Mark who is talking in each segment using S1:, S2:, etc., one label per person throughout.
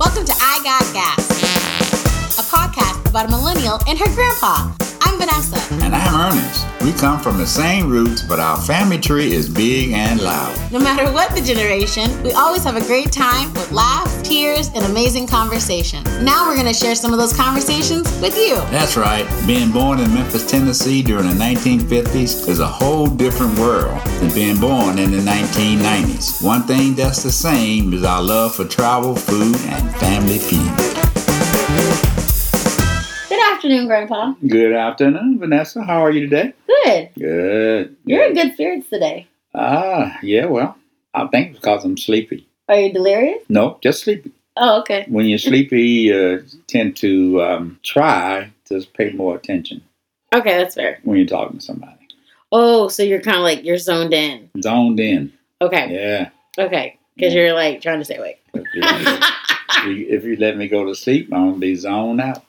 S1: Welcome to I Got Gas, a podcast about a millennial and her grandpa. I'm Vanessa.
S2: And I'm Ernest. We come from the same roots, but our family tree is big and loud.
S1: No matter what the generation, we always have a great time with laughs, tears, and amazing conversation. Now we're going to share some of those conversations with you.
S2: That's right. Being born in Memphis, Tennessee during the 1950s is a whole different world than being born in the 1990s. One thing that's the same is our love for travel, food, and family feud.
S1: Good afternoon, Grandpa.
S2: Good afternoon, Vanessa. How are you today?
S1: Good.
S2: Good.
S1: You're in good spirits today.
S2: Ah, yeah, well, I think it's because I'm sleepy.
S1: Are you delirious?
S2: No, just sleepy.
S1: Oh, okay.
S2: When you're sleepy, uh, you tend to um, try to pay more attention
S1: Okay, that's fair.
S2: when you're talking to somebody.
S1: Oh, so you're kind of like, you're zoned in.
S2: Zoned in.
S1: Okay.
S2: Yeah.
S1: Okay. Because you're like trying to stay awake.
S2: If you, if you- if you let me go to sleep, I'm gonna be zoned out.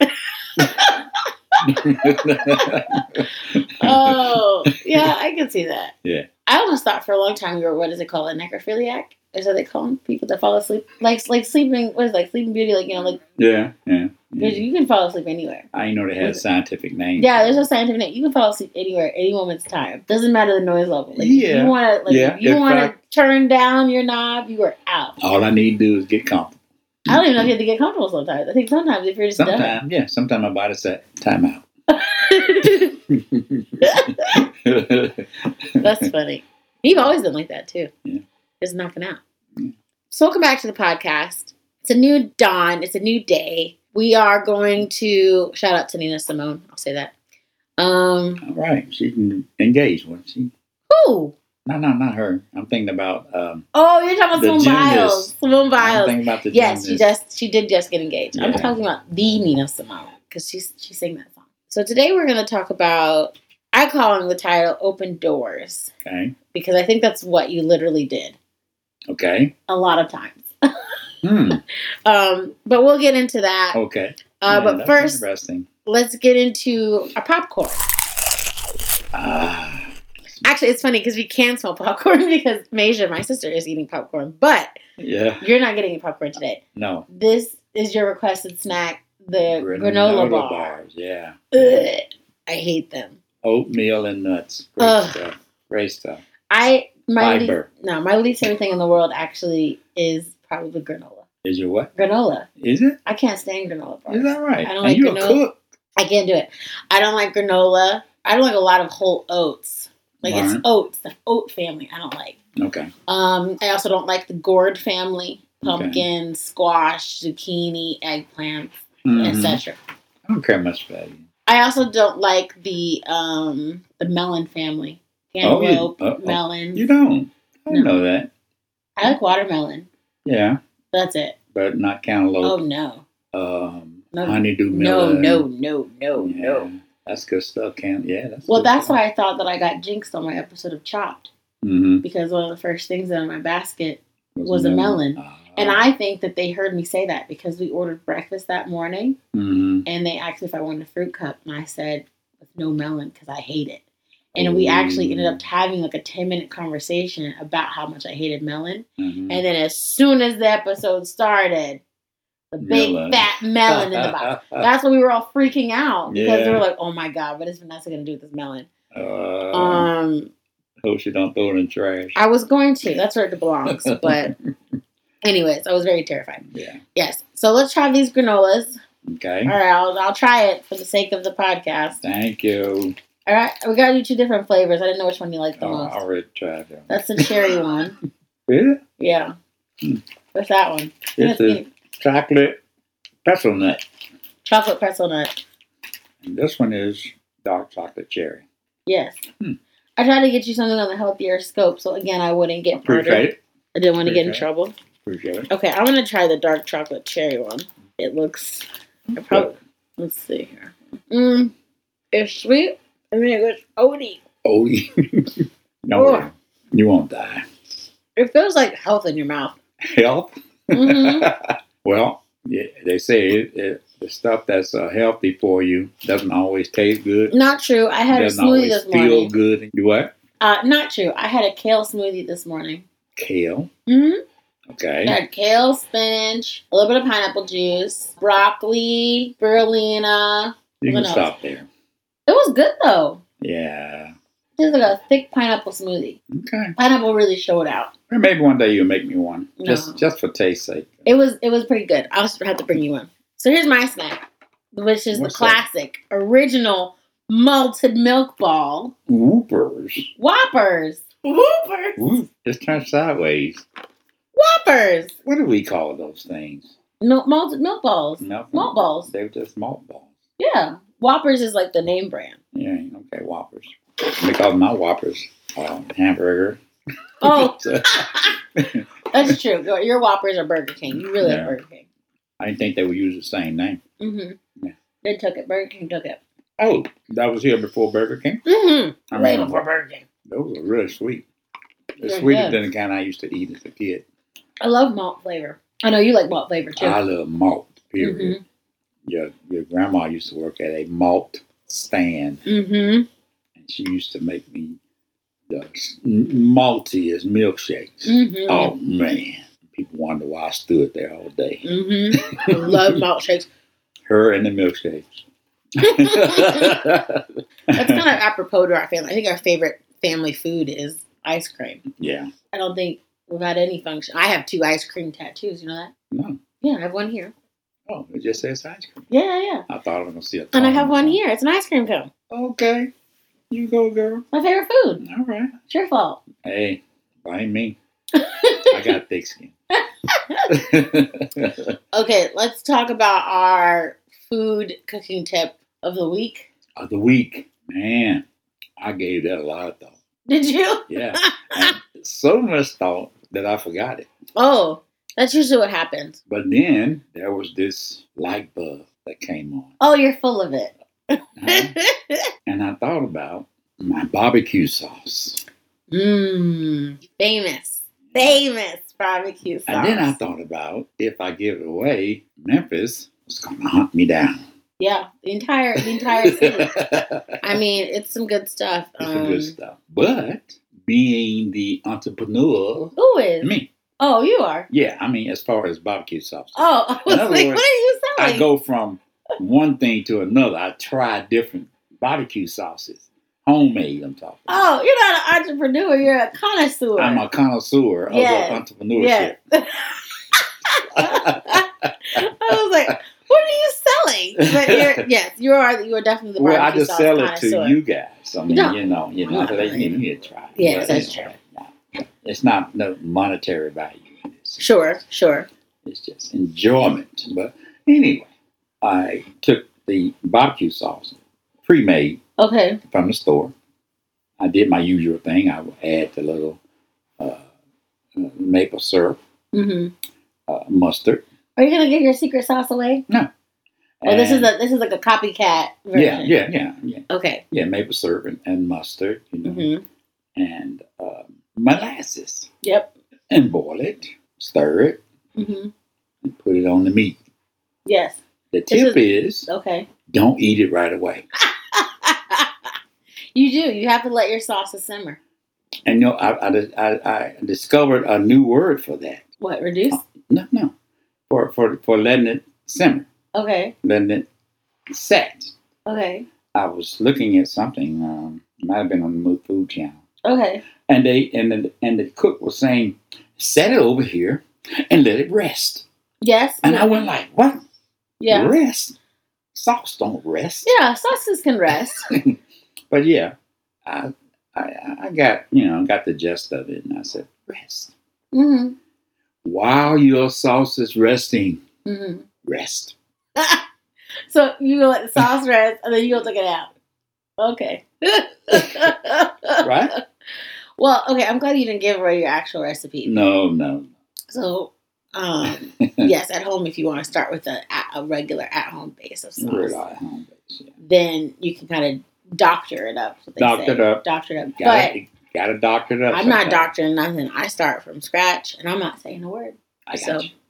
S1: oh, yeah, I can see that.
S2: Yeah.
S1: I almost thought for a long time you were what is it called a necrophiliac? Is that they call them? people that fall asleep like like sleeping what is it, like Sleeping Beauty like you know like
S2: yeah, yeah.
S1: 'cause
S2: yeah.
S1: you can fall asleep anywhere.
S2: I didn't know they had a scientific name.
S1: Yeah, there's no scientific name. You can fall asleep anywhere, any moment's time. Doesn't matter the noise level. Like
S2: Yeah.
S1: you wanna like
S2: Yeah,
S1: if you
S2: in
S1: wanna
S2: fact-
S1: turn down your knob, you are out.
S2: All I need to do is get comfortable.
S1: I don't even know if you have to get comfortable sometimes. I think sometimes if you're just done.
S2: Sometimes, yeah. Sometimes my body said time out.
S1: That's funny. You've always been like that too.
S2: Yeah.
S1: Just knocking out.
S2: Yeah.
S1: So welcome back to the podcast. It's a new dawn. It's a new day. We are going to shout out to Nina Simone. I'll say that. Um,
S2: All right, she can engage when she.
S1: who?
S2: No, no, not her. I'm thinking about. Um,
S1: Oh, you're talking about
S2: The
S1: Simone Biles.
S2: gymnast.
S1: Simone
S2: I'm
S1: Biles.
S2: thinking about the
S1: Yes, she
S2: gymnast.
S1: just she did just get engaged. I'm
S2: Yeah.
S1: talking about the Nina Simone because she's she sang that song. So today we're going to talk about. I call him the title "Open Doors"
S2: Okay,
S1: because I think that's what you literally did
S2: okay.
S1: a lot of times.
S2: Hmm.
S1: Um, but we'll get into that.
S2: Okay.
S1: uh,
S2: Oh, Yeah,
S1: but
S2: that's
S1: first,
S2: interesting.
S1: let's get into our popcorn.
S2: Ah,
S1: Actually, it's funny because we can smell popcorn because Maja, my sister, is eating popcorn, but
S2: yeah.
S1: you're not getting popcorn today.
S2: No.
S1: This is your requested snack, the Uh, granola, bar.
S2: bars. Yeah.
S1: Ugh, I hate them.
S2: Oatmeal and nuts. Great
S1: Ugh.
S2: stuff. Great stuff.
S1: I my least,
S2: Fiber.
S1: no, my least favorite thing in the world actually is probably granola.
S2: Is your what?
S1: Granola.
S2: Is it?
S1: I can't stand granola bars.
S2: Is that right?
S1: I
S2: and
S1: don't like
S2: you're
S1: granola.
S2: a cook.
S1: I can't do it. I don't like granola. I don't like a lot of whole oats. Like it's
S2: Alright.
S1: oats, the oat family. I don't like.
S2: Okay.
S1: Um, I also don't like the gourd family:
S2: Okay.
S1: pumpkin, squash, zucchini, eggplants,
S2: Mhm.
S1: etc.
S2: I don't care much about you.
S1: I also don't like the um the melon family:
S2: Oh, you-
S1: cantaloupe,
S2: uh-oh.
S1: melon.
S2: You don't. I
S1: No.
S2: know that.
S1: I like watermelon.
S2: Yeah.
S1: That's it.
S2: But not
S1: Oh
S2: cantaloupe.
S1: no,
S2: Um,
S1: Oh, No.
S2: honeydew
S1: no,
S2: melon.
S1: no, no, no,
S2: Yeah.
S1: no.
S2: That's good stuff, Can Yeah. That's
S1: Well, that's why I thought that I got jinxed on my episode of Chopped
S2: hmm
S1: because one of the first things in my basket was a melon. And
S2: Ah. Uh-huh.
S1: I think that they heard me say that because we ordered breakfast that morning
S2: hmm
S1: and they asked if I wanted a fruit cup. And I said, with no melon because I hate it. And we actually ended up having like a 10 minute conversation about how much I hated melon.
S2: Mm-hmm.
S1: And then as soon as the episode started, the big
S2: Melon.
S1: fat melon in the box.
S2: Uh,
S1: That's when we were all freaking out because they
S2: Yeah.
S1: were like, oh my God, what is Vanessa going to do with this melon?
S2: Uh,
S1: um,
S2: hope Oh, she don't throw it in the trash.
S1: I was going to. That's where it belongs. But, anyways, I was very terrified.
S2: yeah.
S1: Yes. So let's try these granolas.
S2: Okay.
S1: All right, I'll, I'll try it for the sake of the podcast.
S2: Thank you.
S1: All right, we gotta do two different flavors. I didn't know which one you liked the
S2: Oh, I
S1: most.
S2: already tried that.
S1: That's the cherry one.
S2: Yeah,
S1: Yeah.
S2: Hmm.
S1: What's that one?
S2: this
S1: That's
S2: is chocolate pretzel nut.
S1: Chocolate pretzel nut.
S2: And this one is dark chocolate cherry.
S1: Yes.
S2: Hmm.
S1: I tried to get you something on the healthier scope, so again, I wouldn't get
S2: Appreciate
S1: murdered.
S2: it.
S1: I didn't want to get in
S2: Appreciate it.
S1: trouble.
S2: Appreciate it.
S1: Okay, I'm gonna try the dark chocolate cherry one. It looks. I probably, let's see here. Mm, it's sweet. I mean, it's oaty.
S2: Oh, no,
S1: Oh.
S2: you won't die.
S1: It feels like health in your mouth.
S2: Health?
S1: hmm
S2: well, yeah, they say it, it, the stuff that's uh, healthy for you doesn't always taste good.
S1: Not true. I had a
S2: Doesn't
S1: smoothie
S2: always
S1: this
S2: feel
S1: morning.
S2: good. You what?
S1: Uh, not true. I had a kale smoothie this morning.
S2: Kale.
S1: hmm We
S2: Okay.
S1: had kale, spinach, a little bit of pineapple juice, broccoli, spirulina.
S2: You can
S1: what else?
S2: stop there.
S1: It was good though.
S2: Yeah.
S1: It was like a thick pineapple smoothie.
S2: Okay.
S1: Pineapple really showed out.
S2: Or Maybe one day you'll make me one. Just
S1: No.
S2: just for taste sake.
S1: It was it was pretty good. I'll just have to bring you one. So here's my snack, which is
S2: What's
S1: the
S2: that?
S1: classic original malted milk ball
S2: Whoopers.
S1: whoppers. Whoopers.
S2: Whoop. Just turn sideways.
S1: Whoppers.
S2: What do we call those things?
S1: No, malted milk balls.
S2: Melt,
S1: Malt balls.
S2: They were just malt balls.
S1: Yeah. Whoppers is like the name brand.
S2: Yeah, okay, Whoppers. We call them not Whoppers. Um, hamburger.
S1: Oh,
S2: So,
S1: that's true. Your, your Whoppers are Burger King. You really
S2: Yeah.
S1: have Burger King.
S2: I didn't think they would use the same name.
S1: Mm-hmm.
S2: Yeah.
S1: They took it. Burger King took it.
S2: Oh, that was here before Burger King?
S1: Mm-hmm.
S2: I
S1: Way
S2: mean,
S1: before Burger King.
S2: those were really sweet. It's
S1: They're
S2: sweeter
S1: good.
S2: than the kind I used to eat as a kid.
S1: I love malt flavor. I know you like malt flavor too.
S2: I love malt, period.
S1: mm-hmm.
S2: Your, your grandma used to work at a malt stand,
S1: Mm-hmm.
S2: and she used to make me the s- maltiest milkshakes.
S1: Mm-hmm.
S2: Oh, man. People wonder why I stood there all day.
S1: Mm-hmm. I love malt shakes.
S2: Her and the milkshakes.
S1: That's kind of apropos to our family. I think our favorite family food is ice cream.
S2: yeah.
S1: I don't think we've had any function. I have two ice cream tattoos. You know that?
S2: No.
S1: Yeah, I have one here.
S2: Oh, it just says ice cream.
S1: Yeah, yeah, yeah.
S2: I thought I was gonna see a.
S1: And I
S2: tongue
S1: have
S2: or
S1: one
S2: something.
S1: here. It's an ice cream cone.
S2: Okay, you go, girl.
S1: My favorite food.
S2: All right.
S1: It's your fault.
S2: Hey, blame me. I got thick skin.
S1: Okay, let's talk about our food cooking tip of the week.
S2: of the week, man. I gave that a lot of thought.
S1: Did you?
S2: Yeah, and so much thought that I forgot it.
S1: Oh, that's usually what happens.
S2: But then there was this light bulb that came on,
S1: Oh, you're full of it.
S2: huh? and I thought about my barbecue sauce.
S1: Mmm. Famous. Famous barbecue sauce.
S2: And then Mm-hmm. I thought about if I give it away, Memphis was going to hunt me down.
S1: yeah, the entire the entire city.
S2: it's
S1: I mean, it's some good stuff.
S2: some
S1: Um,
S2: good stuff. But being the entrepreneur,
S1: Who is?
S2: me,
S1: Oh, you are.
S2: yeah, I mean, as far as barbecue sauce,
S1: Oh, I was
S2: In other
S1: like,
S2: words,
S1: what are you selling?
S2: I go from one thing to another. I try different barbecue sauces, homemade, I'm talking. about.
S1: oh, you're not an entrepreneur. You're a connoisseur.
S2: I'm a connoisseur
S1: Yes.
S2: of entrepreneurship.
S1: I was like, what are you selling? But you're, yes, you are. You are definitely the
S2: well, I
S1: barbecue
S2: just
S1: sauce
S2: sell it
S1: connoisseur.
S2: to you guys. I mean,
S1: No.
S2: you know, you know,
S1: No.
S2: so they can give me a try.
S1: Yes,
S2: But
S1: that's
S2: anyway, no. It's not no monetary value. in this.
S1: Sure, sure.
S2: It's just enjoyment. But anyway, I took the barbecue sauce, pre-made
S1: Okay.
S2: from the store. I did my usual thing. I would add the little uh, uh, maple syrup,
S1: Mm-hmm.
S2: uh, mustard.
S1: Are you gonna give your secret sauce away? Well, Oh, this is
S2: and-
S1: a this is like a copycat
S2: yeah,
S1: version.
S2: yeah, yeah, yeah,
S1: Okay.
S2: yeah, maple syrup and, and mustard, you know,
S1: Mm-hmm.
S2: and um, molasses.
S1: Yep.
S2: and boil it, stir it,
S1: Mm-hmm.
S2: and put it on the meat.
S1: Yes.
S2: The tip is,
S1: Okay.
S2: don't eat it right away.
S1: you do. You have to let your sauces simmer.
S2: And you know, I, I, dis- I, I discovered a new word for that.
S1: What reduce?
S2: No, no, for for for letting it simmer,
S1: Okay.
S2: letting it set.
S1: Okay.
S2: I was looking at something. Um, it might have been on the Mo- Food Channel,
S1: Okay.
S2: and they and the, and the cook was saying, set it over here and let it rest.
S1: Yes.
S2: And I went like, what?
S1: yeah.
S2: Rest? Sauce don't rest.
S1: Yeah. Sauces can rest.
S2: But yeah, I, I I got you know got the gist of it, and I said rest
S1: mm-hmm.
S2: while your sauce is resting,
S1: Mm-hmm.
S2: rest.
S1: so you gonna let the sauce rest, and then you gonna take it out. Okay.
S2: Right?
S1: Well, okay. I'm glad you didn't give away your actual recipe.
S2: No, no.
S1: So, um, yes, at home, if you want to start with a, at- a regular at home base of
S2: We're
S1: sauce,
S2: not at home base. Yeah.
S1: then you can kind of doctor it up. is what they
S2: Doctor
S1: say.
S2: it up.
S1: Doctor it up.
S2: Got
S1: But
S2: to got to e, doctor it up.
S1: I'm not
S2: sometimes.
S1: doctoring nothing. I start from scratch, and I'm not saying a word.
S2: I got
S1: so,
S2: you.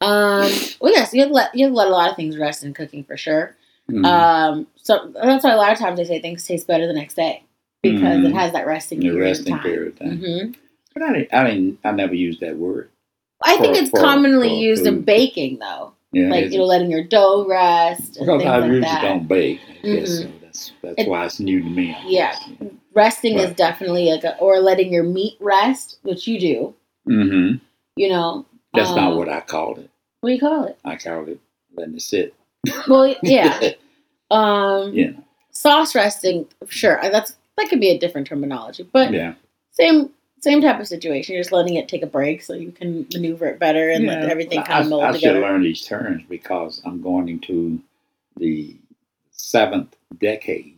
S1: Um, well, yes, you have to let you have to let a lot of things rest in cooking for sure.
S2: Mhm.
S1: Um, so that's why a lot of times they say things taste better the next day because it
S2: Mhm.
S1: has that resting
S2: the
S1: period.
S2: resting
S1: of time. Mm-hmm.
S2: period. Thing.
S1: hmm
S2: But I didn't, I didn't. I never used that word.
S1: I think
S2: For-
S1: it's
S2: for-
S1: commonly
S2: for
S1: used in
S2: food.
S1: baking, though.
S2: Yeah,
S1: Like
S2: it's-
S1: you know, letting your dough rest and
S2: because
S1: things
S2: I
S1: like
S2: usually
S1: that.
S2: don't bake. I guess,
S1: Mhm.
S2: so that's that's
S1: It-
S2: why it's new to me. I
S1: Yeah.
S2: guess, yeah.
S1: Resting is
S2: Right.
S1: definitely like, a, or letting your meat rest, which you do.
S2: hmm
S1: You know,
S2: That's not
S1: Um,
S2: what I called it.
S1: what do you call it?
S2: I called it letting it sit.
S1: Well, yeah. Um,
S2: Yeah.
S1: Sauce resting, sure. I- That's that could be a different terminology, but
S2: yeah.
S1: same same type of situation. You're just letting it take a break so you can maneuver it better and let
S2: Yeah.
S1: everything
S2: I-
S1: kind of mold
S2: I, I should
S1: together.
S2: learn these terms because I'm going into the seventh decade,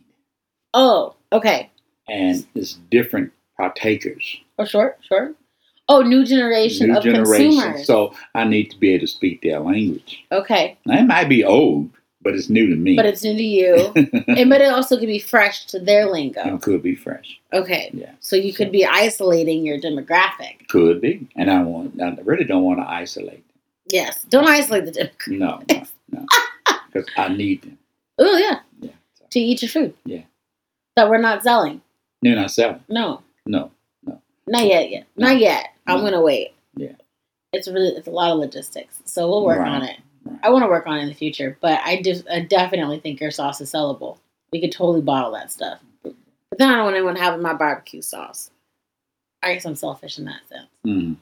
S1: Oh, okay.
S2: and it's different partakers,
S1: Oh, sure, sure. Oh, new generation
S2: new
S1: of
S2: generation.
S1: consumers.
S2: So I need to be able to speak their language.
S1: okay,
S2: Now, it might be old, but it's new to me.
S1: but it's new to you, and but it also could be fresh to their lingo.
S2: and could be fresh.
S1: Okay,
S2: Yeah.
S1: so you could be isolating your demographic.
S2: Could be, and I want. I really don't want to isolate.
S1: Yes, don't isolate the demographic.
S2: Them. No, no, no, because I need them.
S1: Oh yeah,
S2: Yeah. So,
S1: to eat your food.
S2: Yeah.
S1: that we're not selling.
S2: then I sell.
S1: No,
S2: No,
S1: Not yet, yet. Not yet. I'm
S2: No.
S1: gonna wait.
S2: Yeah.
S1: It's really it's a lot of logistics, so we'll work
S2: Right.
S1: on it.
S2: Right.
S1: I want to work on it in the future, but I just I definitely think your sauce is sellable. We could totally bottle that stuff, but then I don't want anyone having my barbecue sauce. I guess I'm selfish in that sense.
S2: Mm.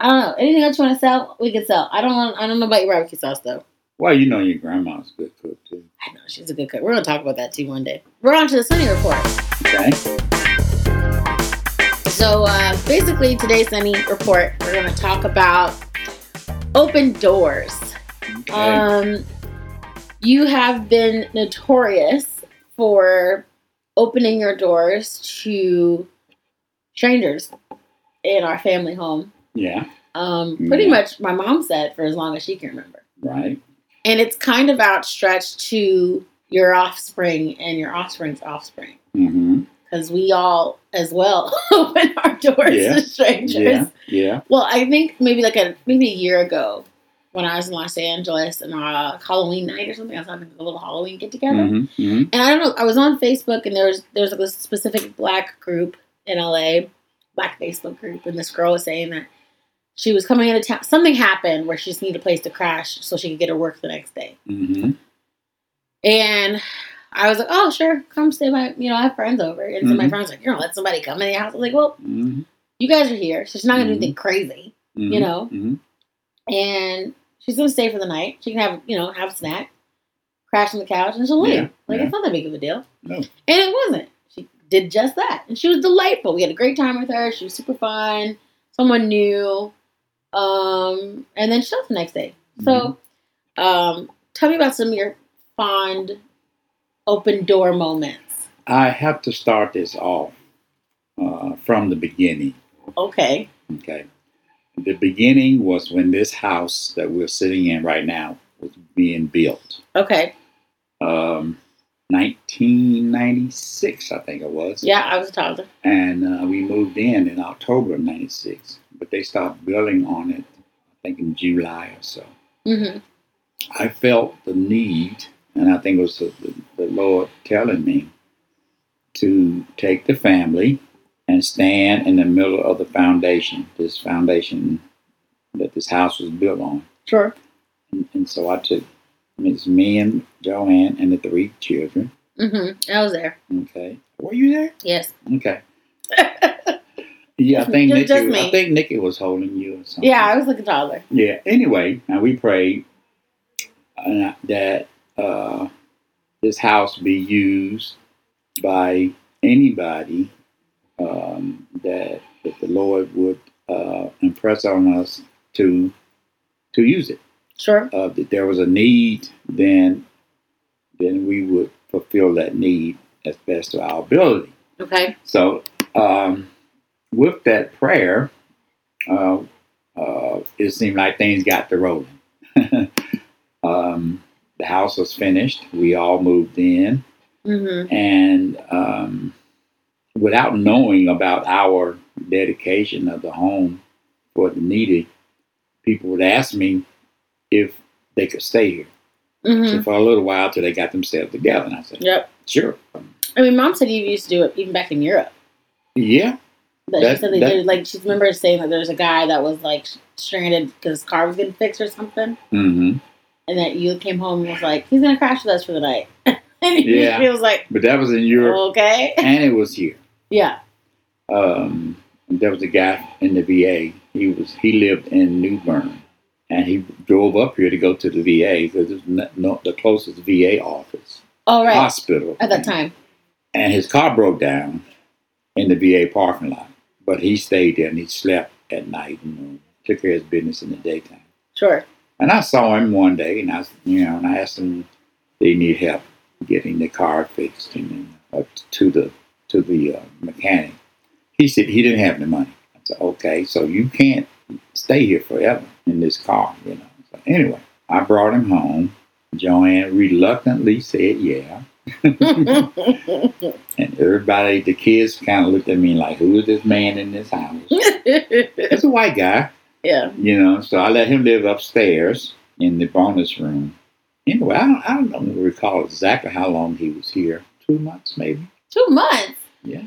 S1: I don't know anything else you want to sell. We could sell. I don't want. I don't know about your barbecue sauce though.
S2: Well, you know your grandma's a good cook too.
S1: I know she's a good cook. We're gonna talk about that too one day. We're on to the Sunny report.
S2: Okay.
S1: So uh, basically, today's Sunny report, we're going to talk about open doors.
S2: Okay.
S1: Um, you have been notorious for opening your doors to strangers in our family home.
S2: yeah.
S1: Um, pretty
S2: Yeah.
S1: much, my mom said for as long as she can remember,
S2: Right.
S1: and it's kind of outstretched to your offspring and your offspring's offspring
S2: Mm-hmm.
S1: because we all, as well, open our doors
S2: Yeah.
S1: to strangers.
S2: Yeah. Yeah.
S1: Well, I think maybe like a maybe a year ago when I was in Los Angeles and uh, Halloween night or something, I was having a little Halloween get together.
S2: Mm-hmm. Mm-hmm.
S1: And I don't know, I was on Facebook and there was there was like this specific black group in LA, black Facebook group, and this girl was saying that she was coming into town. Something happened where she just needed a place to crash so she could get her work the next day.
S2: Mm-hmm.
S1: And I was like, oh sure, come stay my you know I have friends over, and so my
S2: Mhm.
S1: friends were like you don't let somebody come in the house. I was like, well,
S2: Mm-hmm.
S1: you guys are here, so she's not gonna do
S2: Mhm.
S1: anything crazy.
S2: Mm-hmm.
S1: know?
S2: Mm-hmm.
S1: and she's gonna stay for the night. She can have you know have a snack, crash on the couch, and she'll leave.
S2: Yeah,
S1: like
S2: yeah.
S1: it's not that big of a deal.
S2: No.
S1: And it wasn't. She did just that, and she was delightful. We had a great time with her. She was super fun. Someone new, um, and then she left the next day. So, um, tell me about some of your fond open door moments.
S2: I have to start this off uh, from the beginning.
S1: Okay.
S2: Okay. The beginning was when this house that we're sitting in right now was being built.
S1: Okay.
S2: Um, 1996, I think it was.
S1: Yeah, I was a toddler.
S2: And uh, we moved in in October of 96, but they stopped building on it, I think in July or so.
S1: Mm-hmm.
S2: I felt the need, and I think it was the, the, the Lord telling me to take the family and stand in the middle of the foundation, this foundation that this house was built on.
S1: Sure.
S2: And, and so I took it's me and Joanne and the three children.
S1: Mm-hmm. I was there.
S2: Okay, were you there?
S1: Yes.
S2: Okay. yeah, I
S1: Just-
S2: think
S1: just-
S2: Nikki.
S1: just me.
S2: I think Nikki was holding you or something.
S1: Yeah, I was like a toddler.
S2: Yeah. Anyway, and we prayed uh, that uh, this house be used by anybody um, that that the Lord would uh, impress on us to to use it.
S1: Sure.
S2: Uh, that there was a need, then then we would fulfill that need as best of our ability.
S1: Okay.
S2: So, um, with that prayer, uh, uh, it seemed like things got to rolling. um, the house was finished. We all moved in,
S1: Mm-hmm.
S2: and um, without knowing about our dedication of the home for the needy, people would ask me if they could stay here.
S1: Mm-hmm.
S2: So for a little while till they got themselves together, and I said,
S1: Yep.
S2: "Sure,
S1: I mean, mom said you used to do it even back in Europe.
S2: yeah,
S1: But
S2: That-
S1: she said they
S2: that-
S1: did. Like she remembers saying that there's a guy that was like stranded because his car was getting fixed or something,
S2: Mm-hmm.
S1: and that you came home and was like, "He's gonna crash with us for the night." and he
S2: Yeah.
S1: was like,
S2: But that was in Europe,
S1: "Okay,
S2: and it was here.
S1: yeah,
S2: um, there was a guy in the VA. He was he lived in New Bern, and he drove up here to go to the VA because it's not, not the closest VA office
S1: all right."
S2: hospital
S1: At that time,
S2: And his car broke down in the VA parking lot, but he stayed there and he slept at night and took care of his business in the daytime.
S1: sure.
S2: And I saw him one day, and I you know, and I asked him they need help getting the car fixed and then up to the to the uh, mechanic. He said he didn't have the money. I said, okay, so you can't stay here forever in this car, you know. So anyway, I brought him home. Joanne reluctantly said, yeah. And everybody, the kids kind of looked at me like, who is this man in this house?
S1: yeah,
S2: It's a white guy. You know, so I let him live upstairs in the bonus room. Anyway, I don't, I don't know- recall exactly how long he was here. Two months, maybe?
S1: two months.
S2: Yeah.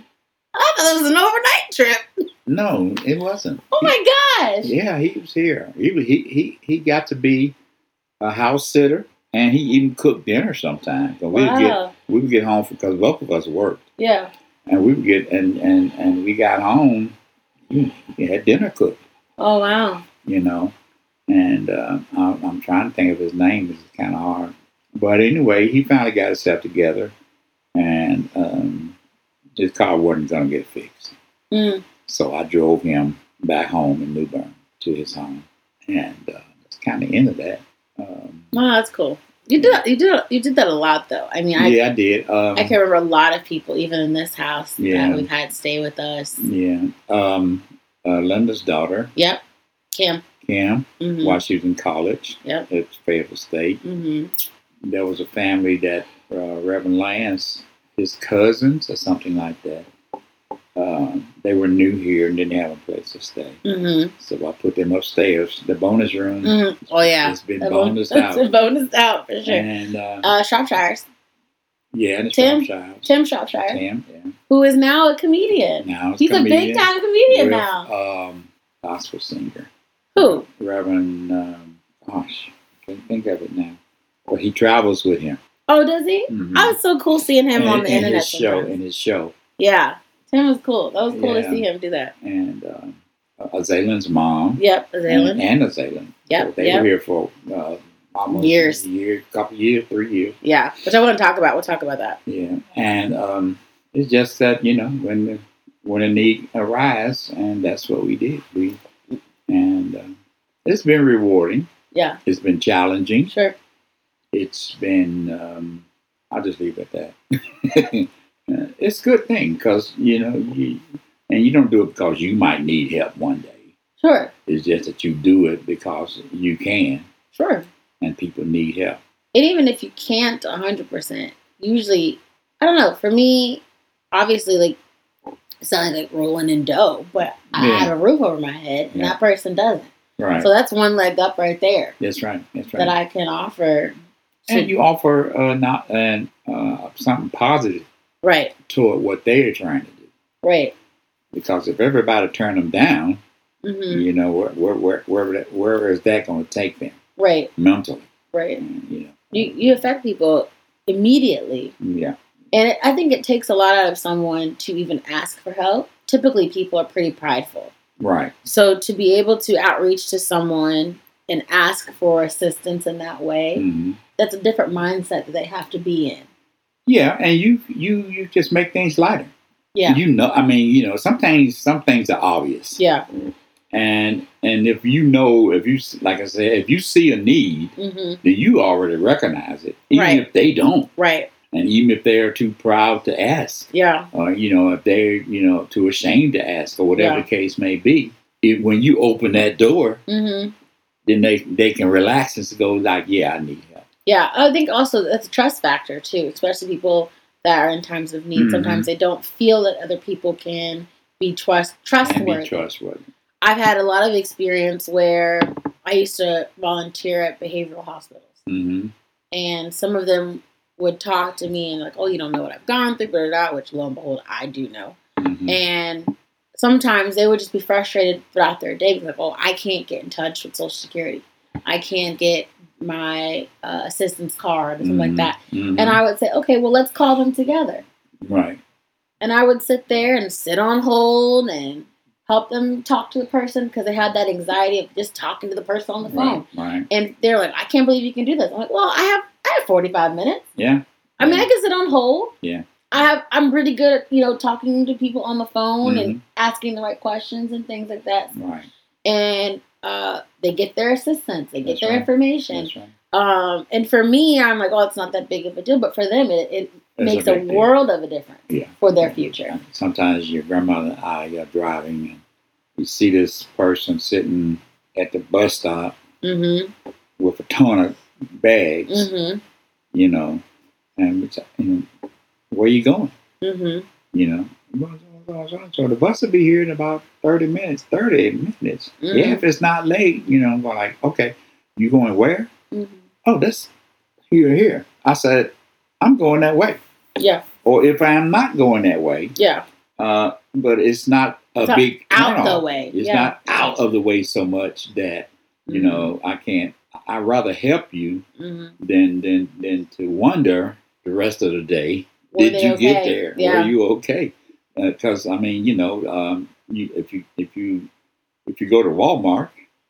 S1: I thought it was an overnight trip.
S2: No, it wasn't.
S1: Oh my gosh!
S2: Yeah, he was here. He was, he, he he got to be a house sitter, and he even cooked dinner sometimes. But we would get
S1: Wow.
S2: we would get home because both of us worked,
S1: Yeah.
S2: and we would get and and and we got home. He he had dinner cooked.
S1: Oh wow.
S2: you know. And uh, I'm, I'm trying to think of his name. It's kind of hard. But anyway, he finally got himself together, and um, his car wasn't going to get fixed.
S1: Mm.
S2: So I drove him back home in New Bern to his home, and uh, that's kind of end of that. Um,
S1: Wow, that's cool. You did you did you did that a lot though. I mean, I
S2: yeah, I did. Um,
S1: I can remember a lot of people, even in this house,
S2: Yeah.
S1: that we've had stay with us.
S2: Yeah. Um, uh, Linda's daughter,
S1: Yep. Kim.
S2: Kim,
S1: Mm-hmm.
S2: while she was in college
S1: Yep.
S2: at Fayetteville State.
S1: hmm
S2: there was a family that uh, Reverend Lance, his cousins or something like that, uh, they were new here and didn't have a place to stay.
S1: hmm
S2: So I put them upstairs. The bonus room
S1: hmm Oh yeah.
S2: has been
S1: That one-
S2: bonused
S1: that's a
S2: out.
S1: bonus out for sure.
S2: And uh,
S1: Uh, Shropshire's
S2: yeah, and it's
S1: Tim?
S2: Tim, child.
S1: Tim Shropshire,
S2: Tim, yeah.
S1: who is now a comedian.
S2: Now it's
S1: He's a
S2: comedian
S1: big time comedian
S2: with,
S1: now.
S2: Um, gospel singer.
S1: Who?
S2: Reverend, um, gosh, I can't think of it now. But he travels with him.
S1: Oh, does he?
S2: Mhm.
S1: I was so cool seeing him
S2: And-
S1: on the
S2: and
S1: internet.
S2: His show,
S1: sometimes.
S2: in his show.
S1: Yeah, Tim was cool. That was cool
S2: Yeah.
S1: to see him do that.
S2: and um, Azalin's mom
S1: Yep,
S2: and,
S1: Zalen.
S2: and Azalin.
S1: Yep,
S2: they
S1: yep.
S2: were here for uh, almost
S1: Years.
S2: a year, couple years, three years.
S1: Yeah, which I want to talk about. We'll talk about that.
S2: Yeah, and um, it's just that you know when the, when a need arises, and that's what we did. We and um it's been rewarding.
S1: Yeah,
S2: It's been challenging.
S1: sure.
S2: It's been um, I'll just leave it at that. Uh, it's a good thing because you know you and you don't do it because you might need help one day.
S1: Sure.
S2: It's just that you do it because you can
S1: Sure.
S2: and people need help.
S1: and even if you can't 100% usually i don't know for me obviously like it sounds like rolling in dough but i
S2: Yeah.
S1: have a roof over my head and
S2: Yeah.
S1: that person doesn't
S2: Right.
S1: so that's one leg up right there
S2: that's right. That's right.
S1: that i can offer to,
S2: and you offer uh, not an, uh, something positive
S1: right
S2: toward what they're trying to do.
S1: right
S2: Because if everybody turn them down,
S1: hmm
S2: you know, where, where, where, where, that- where is that going to take them
S1: right
S2: mentally?
S1: right
S2: And, you know, mm,
S1: you, you affect people immediately
S2: yeah.
S1: and it, i think it takes a lot out of someone to even ask for help typically people are pretty prideful
S2: Right.
S1: So to be able to outreach to someone and ask for assistance in that way,
S2: hmm
S1: that's a different mindset that they have to be in.
S2: Yeah. And you, you, you just make things lighter.
S1: Yeah.
S2: You know, I mean, you know, sometimes some things are obvious.
S1: Yeah.
S2: And and if you know, if you s- like I said, if you see a need,
S1: hmm
S2: then you already recognize it, even
S1: Right.
S2: if they don't,
S1: Right.
S2: and even if they're too proud to ask,
S1: Yeah.
S2: or you know, if they're you know too ashamed to ask, or whatever
S1: Yeah.
S2: the case may be. It, when you open that door,
S1: hmm
S2: then they they can relax and go like, "Yeah, I need help."
S1: Yeah. I think also that's a trust factor too, especially people that are in times of need.
S2: Mhm.
S1: Sometimes they don't feel that other people can be trust
S2: And
S1: trustworthy.
S2: be trustworthy.
S1: I've had a lot of experience where I used to volunteer at behavioral hospitals.
S2: hmm
S1: and some of them would talk to me and like, oh, you don't know what I've gone through, blah, blah, blah, which lo and behold, I do know.
S2: hmm
S1: And sometimes they would just be frustrated throughout their day, like, "Oh, I can't get in touch with Social Security. I can't get my uh, assistance card or something like
S2: Mhm.
S1: that."
S2: Mhm.
S1: And I would say, "Okay, well, let's call them together."
S2: right.
S1: And I would sit there and sit on hold and help them talk to the person because they had that anxiety of just talking to the person on the phone.
S2: Right. Right.
S1: And they're like, "I can't believe you can do this." I'm like, "Well, I have I have 45 minutes.
S2: Yeah.
S1: I mean, I can sit on hold.
S2: Yeah.
S1: I have I'm pretty good at you know talking to people on the phone
S2: Mhm.
S1: and asking the right questions and things like that.
S2: Right.
S1: And uh, they get their assistance, they get
S2: That's
S1: their
S2: right.
S1: information.
S2: That's right.
S1: Um, and for me, I'm like, oh, it's not that big of a deal, but for them, it, it
S2: That's
S1: makes
S2: a
S1: a,
S2: big deal.
S1: world of a difference
S2: Yeah.
S1: for their future.
S2: Sometimes your grandmother and I are driving, and you see this person sitting at the bus stop
S1: Mm-hmm.
S2: with a ton of bags,
S1: Mm-hmm.
S2: you know, and, we say, you know, where you going?
S1: Mm-hmm.
S2: You know, "Well, so- so- so- so the bus will be here in about 30 minutes. 30 minutes.
S1: Mhm.
S2: Yeah, if it's not late, you know, we're like, okay, you going where?
S1: mm-hmm.
S2: Oh, that's here, here. I said, I'm going that way.
S1: Yeah.
S2: Or if I'm not going that way,
S1: Yeah.
S2: uh, but it's not a
S1: It's not
S2: big
S1: Out
S2: turnoff.
S1: the way.
S2: It's
S1: yeah.
S2: not out of the way so much that you
S1: Mhm.
S2: know I can't. I rather help you
S1: Mhm.
S2: than than than to wonder the rest of the day.
S1: Were
S2: did
S1: they
S2: you get
S1: okay?
S2: there?
S1: Yeah.
S2: Were you okay? Because I mean, you know, um, you, if you if you if you go to Walmart,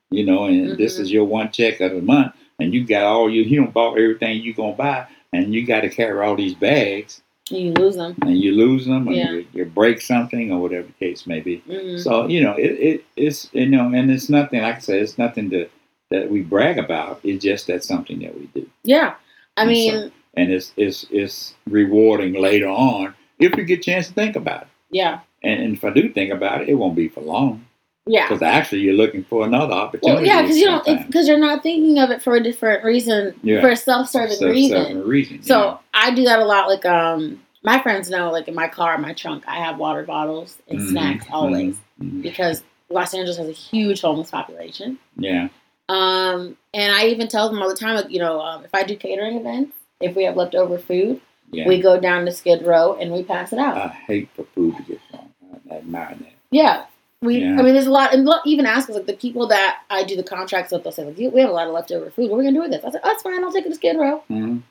S2: you know, and this
S1: Mhm.
S2: is your one check of the month, and you got all your you don't bought everything you gonna buy, and you got to carry all these bags,
S1: And you lose them.
S2: and you lose them, and
S1: Yeah.
S2: you, you break something, or whatever the case may be.
S1: Mm-hmm.
S2: So you know, it, it it's you know, and it's nothing. Like I said, it's nothing to that we brag about. It's just that's something that we do,
S1: Yeah. I
S2: And
S1: mean,
S2: so- and it's it's it's rewarding later on if you get a chance to think about it.
S1: yeah.
S2: And, and if I do think about it, it won't be for long
S1: Yeah.
S2: because actually you're looking for another opportunity.
S1: Well, yeah, because you don't,
S2: sometime.
S1: because you're not thinking of it for a different reason,
S2: Yeah.
S1: for a self-serving
S2: So- so
S1: reason.
S2: for a reason.
S1: So
S2: yeah.
S1: I do that a lot. Like um, my friends know, like in my car, my trunk, I have water bottles and
S2: Mhm,
S1: snacks always
S2: mhm.
S1: because Los Angeles has a huge homeless population.
S2: yeah,
S1: Um, and I even tell them all the time, like you know, um, if I do catering events, if we have leftover food,
S2: yeah.
S1: we go down to Skid Row and we pass it out.
S2: I hate for food to get wrong. I admire that.
S1: yeah. We,
S2: Yeah.
S1: I mean, there's a lot, and look, even ask us like the people that I do the contracts with. They'll say, like, "You- "We have a lot of leftover food. What are we gonna do with this?" I said, "Oh, it's fine. I'll take it to Skid Row."
S2: Mhm,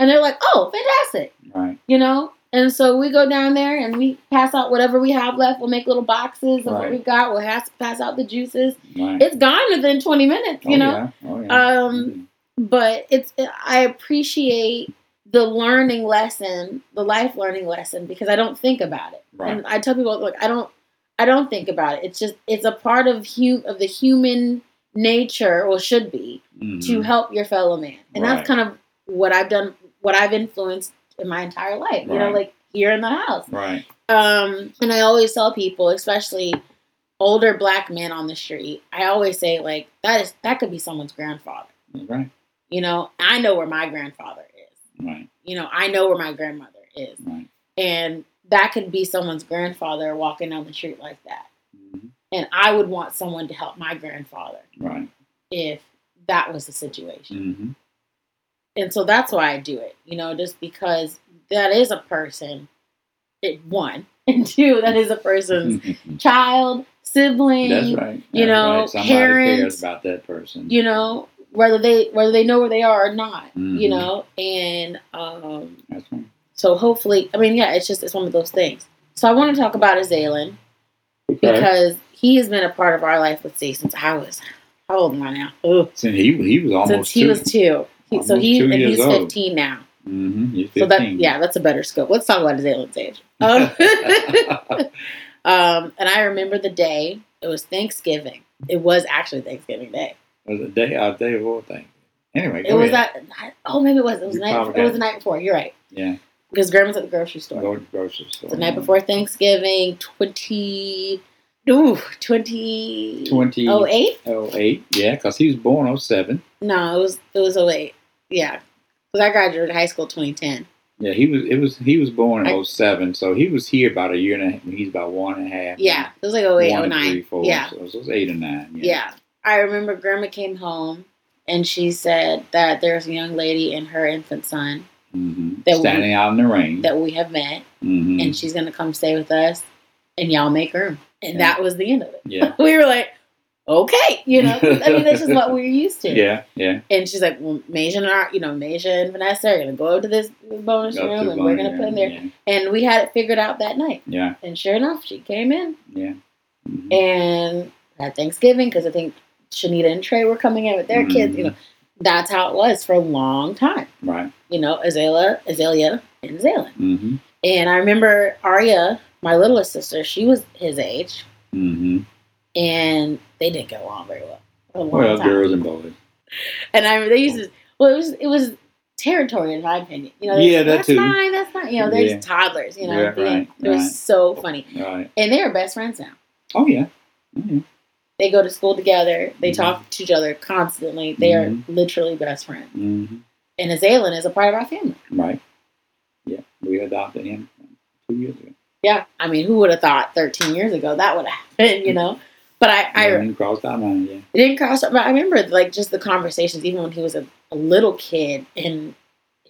S1: And they're like, "Oh, fantastic!"
S2: Right,
S1: you know. And so we go down there and we pass out whatever we have left. We'll make little boxes of
S2: Right.
S1: what we've got. We'll has, pass out the juices.
S2: right.
S1: It's gone within 20 minutes, you
S2: oh,
S1: know.
S2: yeah. Oh, yeah.
S1: Um,
S2: Mhm.
S1: But it's I appreciate the learning lesson, the life learning lesson, because I don't think about it.
S2: right.
S1: And I tell people, look, I don't, I don't think about it. It's just it's a part of hu- of the human nature, or should be, to
S2: Mhm.
S1: help your fellow man. And
S2: Right.
S1: that's kind of what I've done, what I've influenced in my entire life. You know,
S2: Right.
S1: like here in the house.
S2: Right.
S1: Um, and I always tell people, especially older black men on the street, I always say like that is that could be someone's grandfather.
S2: Right.
S1: You know, I know where my grandfather is.
S2: Right.
S1: You know, I know where my grandmother is,
S2: Right.
S1: and that could be someone's grandfather walking down the street like that.
S2: Mhm.
S1: And I would want someone to help my grandfather
S2: Right.
S1: if that was the situation.
S2: Mhm.
S1: and so that's why I do it, you know, just because that is a person. It one and two, that is a person's child, sibling,
S2: That's right. That's
S1: you know,
S2: right. somebody
S1: parents,
S2: cares about that person.
S1: you know, whether they whether they know where they are or not,
S2: Mhm.
S1: you know, and um,
S2: That's right.
S1: so hopefully, I mean, yeah, it's just it's one of those things. So I want to talk about Azalin because he has been a part of our life. Let's see, since I was how old am I now? Ugh.
S2: Since he he was almost
S1: Since he
S2: two.
S1: was two, He- so
S2: Almost
S1: he
S2: two
S1: and
S2: years
S1: he's
S2: old.
S1: fifteen now.
S2: Mhm. He's
S1: So that
S2: 15.
S1: yeah, that's a better scope. Let's talk about his alien's age. Um, um, and I remember the day. It was Thanksgiving. It was actually Thanksgiving Day.
S2: was a day out day of all thing. Anyway,
S1: It
S2: go
S1: was
S2: ahead.
S1: that. Oh, maybe it was. It was
S2: You
S1: the night.
S2: probably
S1: It was
S2: got
S1: the night before. You're right.
S2: Yeah.
S1: Because Grandma's at the grocery store.
S2: Go to the grocery store.
S1: the night before Thanksgiving, twenty. Ooh, 20.
S2: 20
S1: Oh eight?
S2: 08. Yeah, because he was born 07.
S1: No, it was it was oh eight. Yeah, because I graduated high school twenty ten.
S2: Yeah, he was. It was. He was born
S1: I-
S2: in 07, so he was here about a year and a half. He's about one and a half.
S1: Yeah, it was like oh eight,
S2: One
S1: oh
S2: to
S1: nine.
S2: three, four,
S1: Yeah.
S2: So it was eight or nine.
S1: Yeah. I remember grandma came home and she said that there's a young lady and her infant son
S2: Mhm.
S1: That we-
S2: Standing out in the rain.
S1: that we have met
S2: Mhm.
S1: and she's going to come stay with us and y'all make room. And
S2: Yeah.
S1: that was the end of it.
S2: Yeah.
S1: We were like, okay, you know, I mean, that's just what we're used to.
S2: Yeah. Yeah.
S1: And she's like, well, Major and our, you know, Major and Vanessa are going to go over to this bonus
S2: Go
S1: room
S2: to
S1: and we're
S2: Bonnie
S1: going to put in
S2: and-
S1: there. And we had it figured out that night.
S2: Yeah.
S1: And sure enough, she came in
S2: Yeah. Mhm.
S1: and had Thanksgiving because I think Shanita and Trey were coming in with their kids.
S2: Mm-hmm.
S1: You know, that's how it was for a long time.
S2: Right.
S1: You know, Azalea, Azalea, and Zalen.
S2: Mm-hmm.
S1: And I remember Arya, my littlest sister, she was his age,
S2: Mm-hmm.
S1: and they didn't get along very well. for a long
S2: Well,
S1: time.
S2: Oh, girls and boys.
S1: And I remember they used to. Well, it was it was territory in my opinion. You know, they
S2: Yeah,
S1: said,
S2: that
S1: that's
S2: too.
S1: mine, that's mine. You know, they're
S2: Yeah.
S1: just toddlers. You know,
S2: Yeah,
S1: they,
S2: right,
S1: they were
S2: right.
S1: so funny,
S2: Right.
S1: and they are best friends now.
S2: Oh yeah. Mhm.
S1: They go to school together. They
S2: Mhm.
S1: talk to each other constantly. They
S2: Mhm.
S1: are literally best friends.
S2: Mhm.
S1: And Azalin is a part of our family.
S2: Right. Yeah. We adopted him um, two years ago.
S1: Yeah, I mean, who would have thought 13 years ago that would have happened? You know, but I, I
S2: And he crossed our line. Yeah.
S1: It didn't cross up. But I remember like just the conversations, even when he was a, a little kid and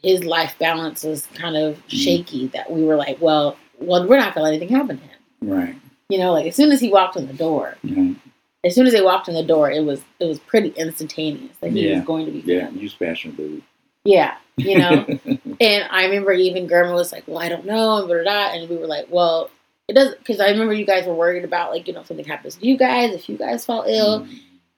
S1: his life balance was kind of
S2: Mm-hmm.
S1: shaky. That we were like, well, well, we're not gonna let anything happen to him.
S2: Right.
S1: You know, like as soon as he walked in the door,
S2: Yeah.
S1: as soon as they walked in the door, it was it was pretty instantaneous that he
S2: Yeah.
S1: was going to be
S2: Yeah.
S1: family.
S2: You special dude.
S1: Yeah, you know. and I remember even Germa was like, "Well, I don't know," and blah, blah, blah. and we were like, "Well, it doesn't," because I remember you guys were worried about like you know if something happens to you guys if you guys fall ill.
S2: Mm-hmm.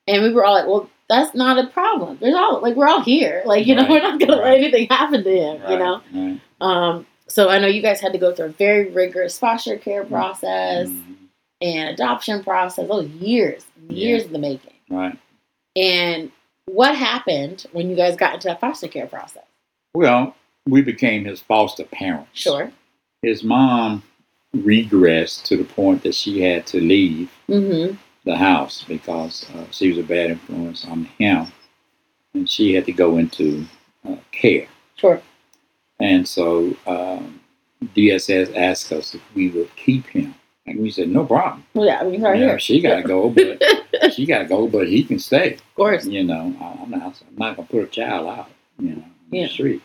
S1: And we were all like, well, that's not a problem. There's all like we're all here. Like, you know,
S2: Right,
S1: we're not gonna
S2: right.
S1: let anything happen to him,
S2: Mm-hmm. Right,
S1: you know?
S2: Right.
S1: Um, so I know you guys had to go through a very rigorous foster care
S2: Mm-hmm.
S1: process
S2: Mhm.
S1: and adoption process. Those years,
S2: Yeah.
S1: years in the making.
S2: Right.
S1: And what happened when you guys got into that foster care process?
S2: Well, we became his foster parents.
S1: Sure.
S2: His mom regressed to the point that she had to leave
S1: Mm-hmm.
S2: the house because uh, she was a bad influence on him, and she had to go into uh, care.
S1: Sure.
S2: And so um, DSS asked us if we would keep him, and we said no problem.
S1: Well, yeah, I mean, right
S2: You know,
S1: here.
S2: she got to go, but she got to go, but he can stay.
S1: Of course.
S2: You know, I- I'm not, I'm not gonna put a child out. You know, on the
S1: Yeah.
S2: street,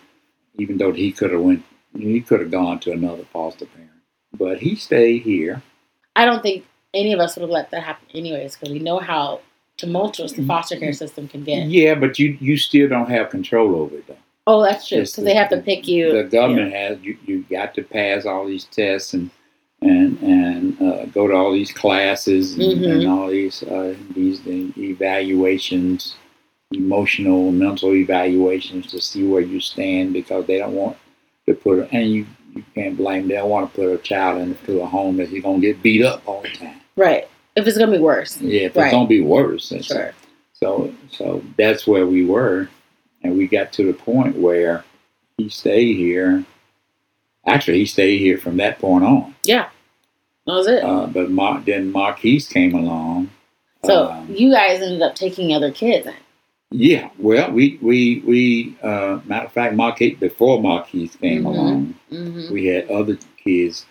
S2: even though he could have went, he could have gone to another foster parent, but he stayed here.
S1: I don't think any of us would have let that happen anyways, because we know how tumultuous the foster care system can get.
S2: but you you still don't have control over it though.
S1: Oh, that's true.
S2: It's
S1: Because
S2: the-
S1: they have to pick you.
S2: The government has you, you got to pass all these tests and and and uh, go to all these classes and,
S1: Mm-hmm.
S2: and all these uh, these the evaluations, emotional, mental evaluations to see where you stand because they don't want to put and you you can't blame them. They don't want to put a child into a home that he's gonna get beat up all the time.
S1: Right. If it's gonna be worse.
S2: Yeah, if
S1: Right.
S2: it's gonna be worse. it's-
S1: Sure.
S2: So so that's where we were, and we got to the point where he stayed here. Actually, he stayed here from that point on.
S1: That was it.
S2: Uh, but Mar- then Marquise came along.
S1: so
S2: Um,
S1: you guys ended up taking other kids in.
S2: yeah, well, we we we uh, matter of fact, Marquise before Marquise came
S1: Mhm.
S2: along,
S1: Mm-hmm.
S2: we had other kids,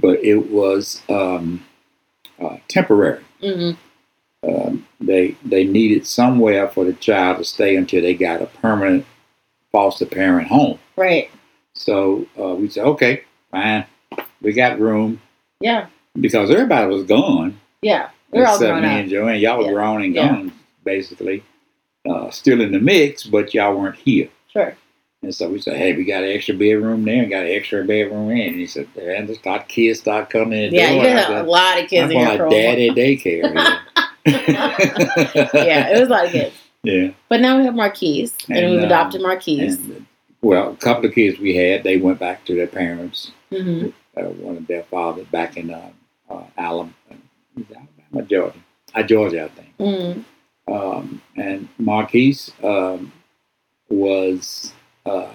S2: but it was um, uh, temporary.
S1: Mm-hmm.
S2: um, they they needed somewhere for the child to stay until they got a permanent foster parent home.
S1: Right.
S2: So uh, we said, okay, fine, we got room
S1: Yeah.
S2: because everybody was gone
S1: Yeah. We're all
S2: except
S1: grown
S2: me
S1: up.
S2: and Joanne. Y'all
S1: Yeah.
S2: were grown and
S1: Yeah.
S2: gone, basically, uh, still in the mix, but y'all weren't here.
S1: Sure.
S2: And so we said, hey, we got an extra bedroom there, and got an extra bedroom in. And he said, and just got kids start coming in. the
S1: Yeah, you
S2: door.
S1: guys
S2: I
S1: had
S2: said,
S1: a lot of
S2: I'm
S1: kids in your
S2: going
S1: program.
S2: like daddy daycare. here."
S1: yeah, it was a lot of kids.
S2: yeah.
S1: But now we have Marquise, and,
S2: And,
S1: we've
S2: um,
S1: adopted Marquise.
S2: And, uh, well, a couple of kids we had, they went back to their parents.
S1: hmm
S2: Uh, one of their father back in uh, uh, Alabama, Alabama, Georgia, uh, Georgia, I think.
S1: hmm
S2: Um, and Marquise um, was um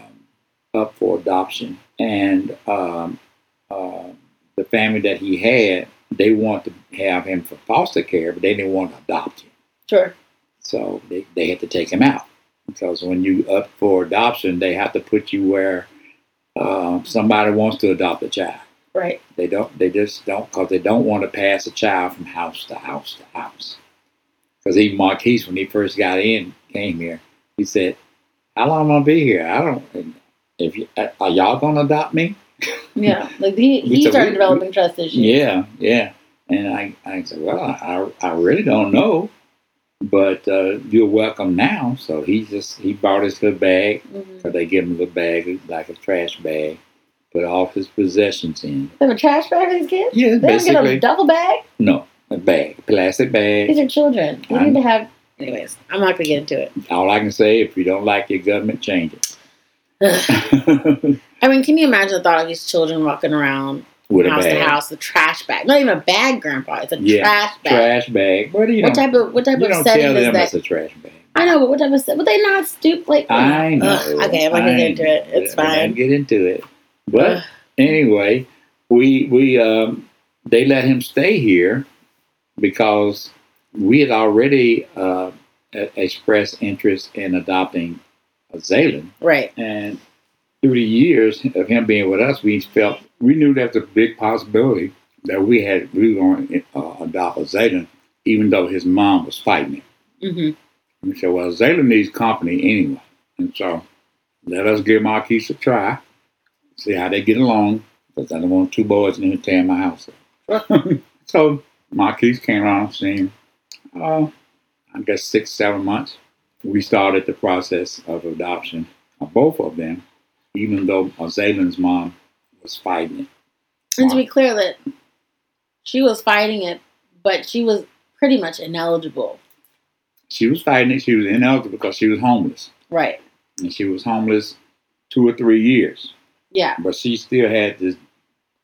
S2: up for adoption, and um, uh, the family that he had, they wanted to have him for foster care, but they didn't want to adopt him.
S1: Sure.
S2: So they, they had to take him out because when you up for adoption, they have to put you where uh, somebody wants to adopt a child.
S1: Right.
S2: They don't. They just don't because they don't want to pass a child from house to house to house. Because even Marquise, when he first got in, came here, he said, "How long am I gonna be here? I don't. If you, are y'all gonna adopt me?
S1: Yeah. Like he,
S2: We
S1: he
S2: said
S1: started
S2: we-
S1: developing trust issues.
S2: Yeah, yeah." And I, I said, well, I, I really don't know, but uh, you're welcome now. So he just, he bought his little bag,
S1: Mm-hmm.
S2: or they give him a little bag, like a trash bag, put all his possessions in.
S1: They have a trash bag for these kids?
S2: Yeah,
S1: They don't get a
S2: basically,
S1: duffel bag?
S2: no, a bag, plastic bag.
S1: These are children. We
S2: I
S1: need to have. Anyways, I'm not going to get into it.
S2: All I can say, if you don't like your government, change it.
S1: I mean, can you imagine the thought of these children walking around
S2: With a
S1: house to
S2: bag,
S1: house, the trash bag? Not even a bag, Grandpa. It's a
S2: Yeah,
S1: trash bag.
S2: trash bag. What do you
S1: What
S2: don't,
S1: type of what type
S2: you
S1: of
S2: don't
S1: setting
S2: tell
S1: is
S2: them
S1: that?
S2: it's a trash bag.
S1: I know, but what type of set? Would they not stoop like?
S2: I know.
S1: Ugh, okay, I'm not
S2: I
S1: gonna get into it.
S2: know.
S1: It's
S2: We're not gonna
S1: fine.
S2: Get into it. But
S1: Ugh.
S2: anyway, we we um, they let him stay here because we had already uh, e- expressed interest in adopting a Zalen,
S1: Right.
S2: and through the years of him being with us, we felt we knew that was a big possibility that we had we were going to uh, adopt a Zalen, even though his mom was fighting it.
S1: Mm-hmm.
S2: We said, well, Zayla needs company anyway. And so let us give Marquise a try, see how they get along, because I don't want two boys in here tearing my house up. so Marquise came around seeing, oh, I guess six, seven months. We started the process of adoption of both of them, even though Zaylin's mom was fighting it.
S1: And to be clear, that she was fighting it, but she was pretty much ineligible.
S2: She was fighting it. She was ineligible because she was homeless.
S1: Right.
S2: And she was homeless two or three years.
S1: Yeah.
S2: but she still had this,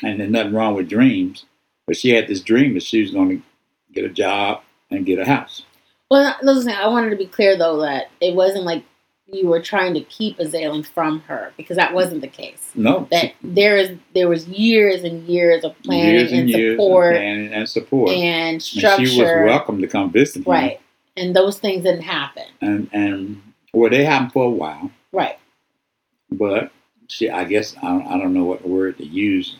S2: and there's nothing wrong with dreams, but she had this dream that she was going to get a job and get a house.
S1: Well, listen, I wanted to be clear though that it wasn't like you were trying to keep Azalin from her because that wasn't the case.
S2: No,
S1: That there is there was years and years of planning
S2: years and,
S1: and,
S2: years
S1: support
S2: of planning and support. And,
S1: and structure.
S2: she was welcome to come visit him.
S1: Right. And those things didn't happen.
S2: And and well, they happened for a while,
S1: Right.
S2: but she, I guess, I don't, I don't know what word to use.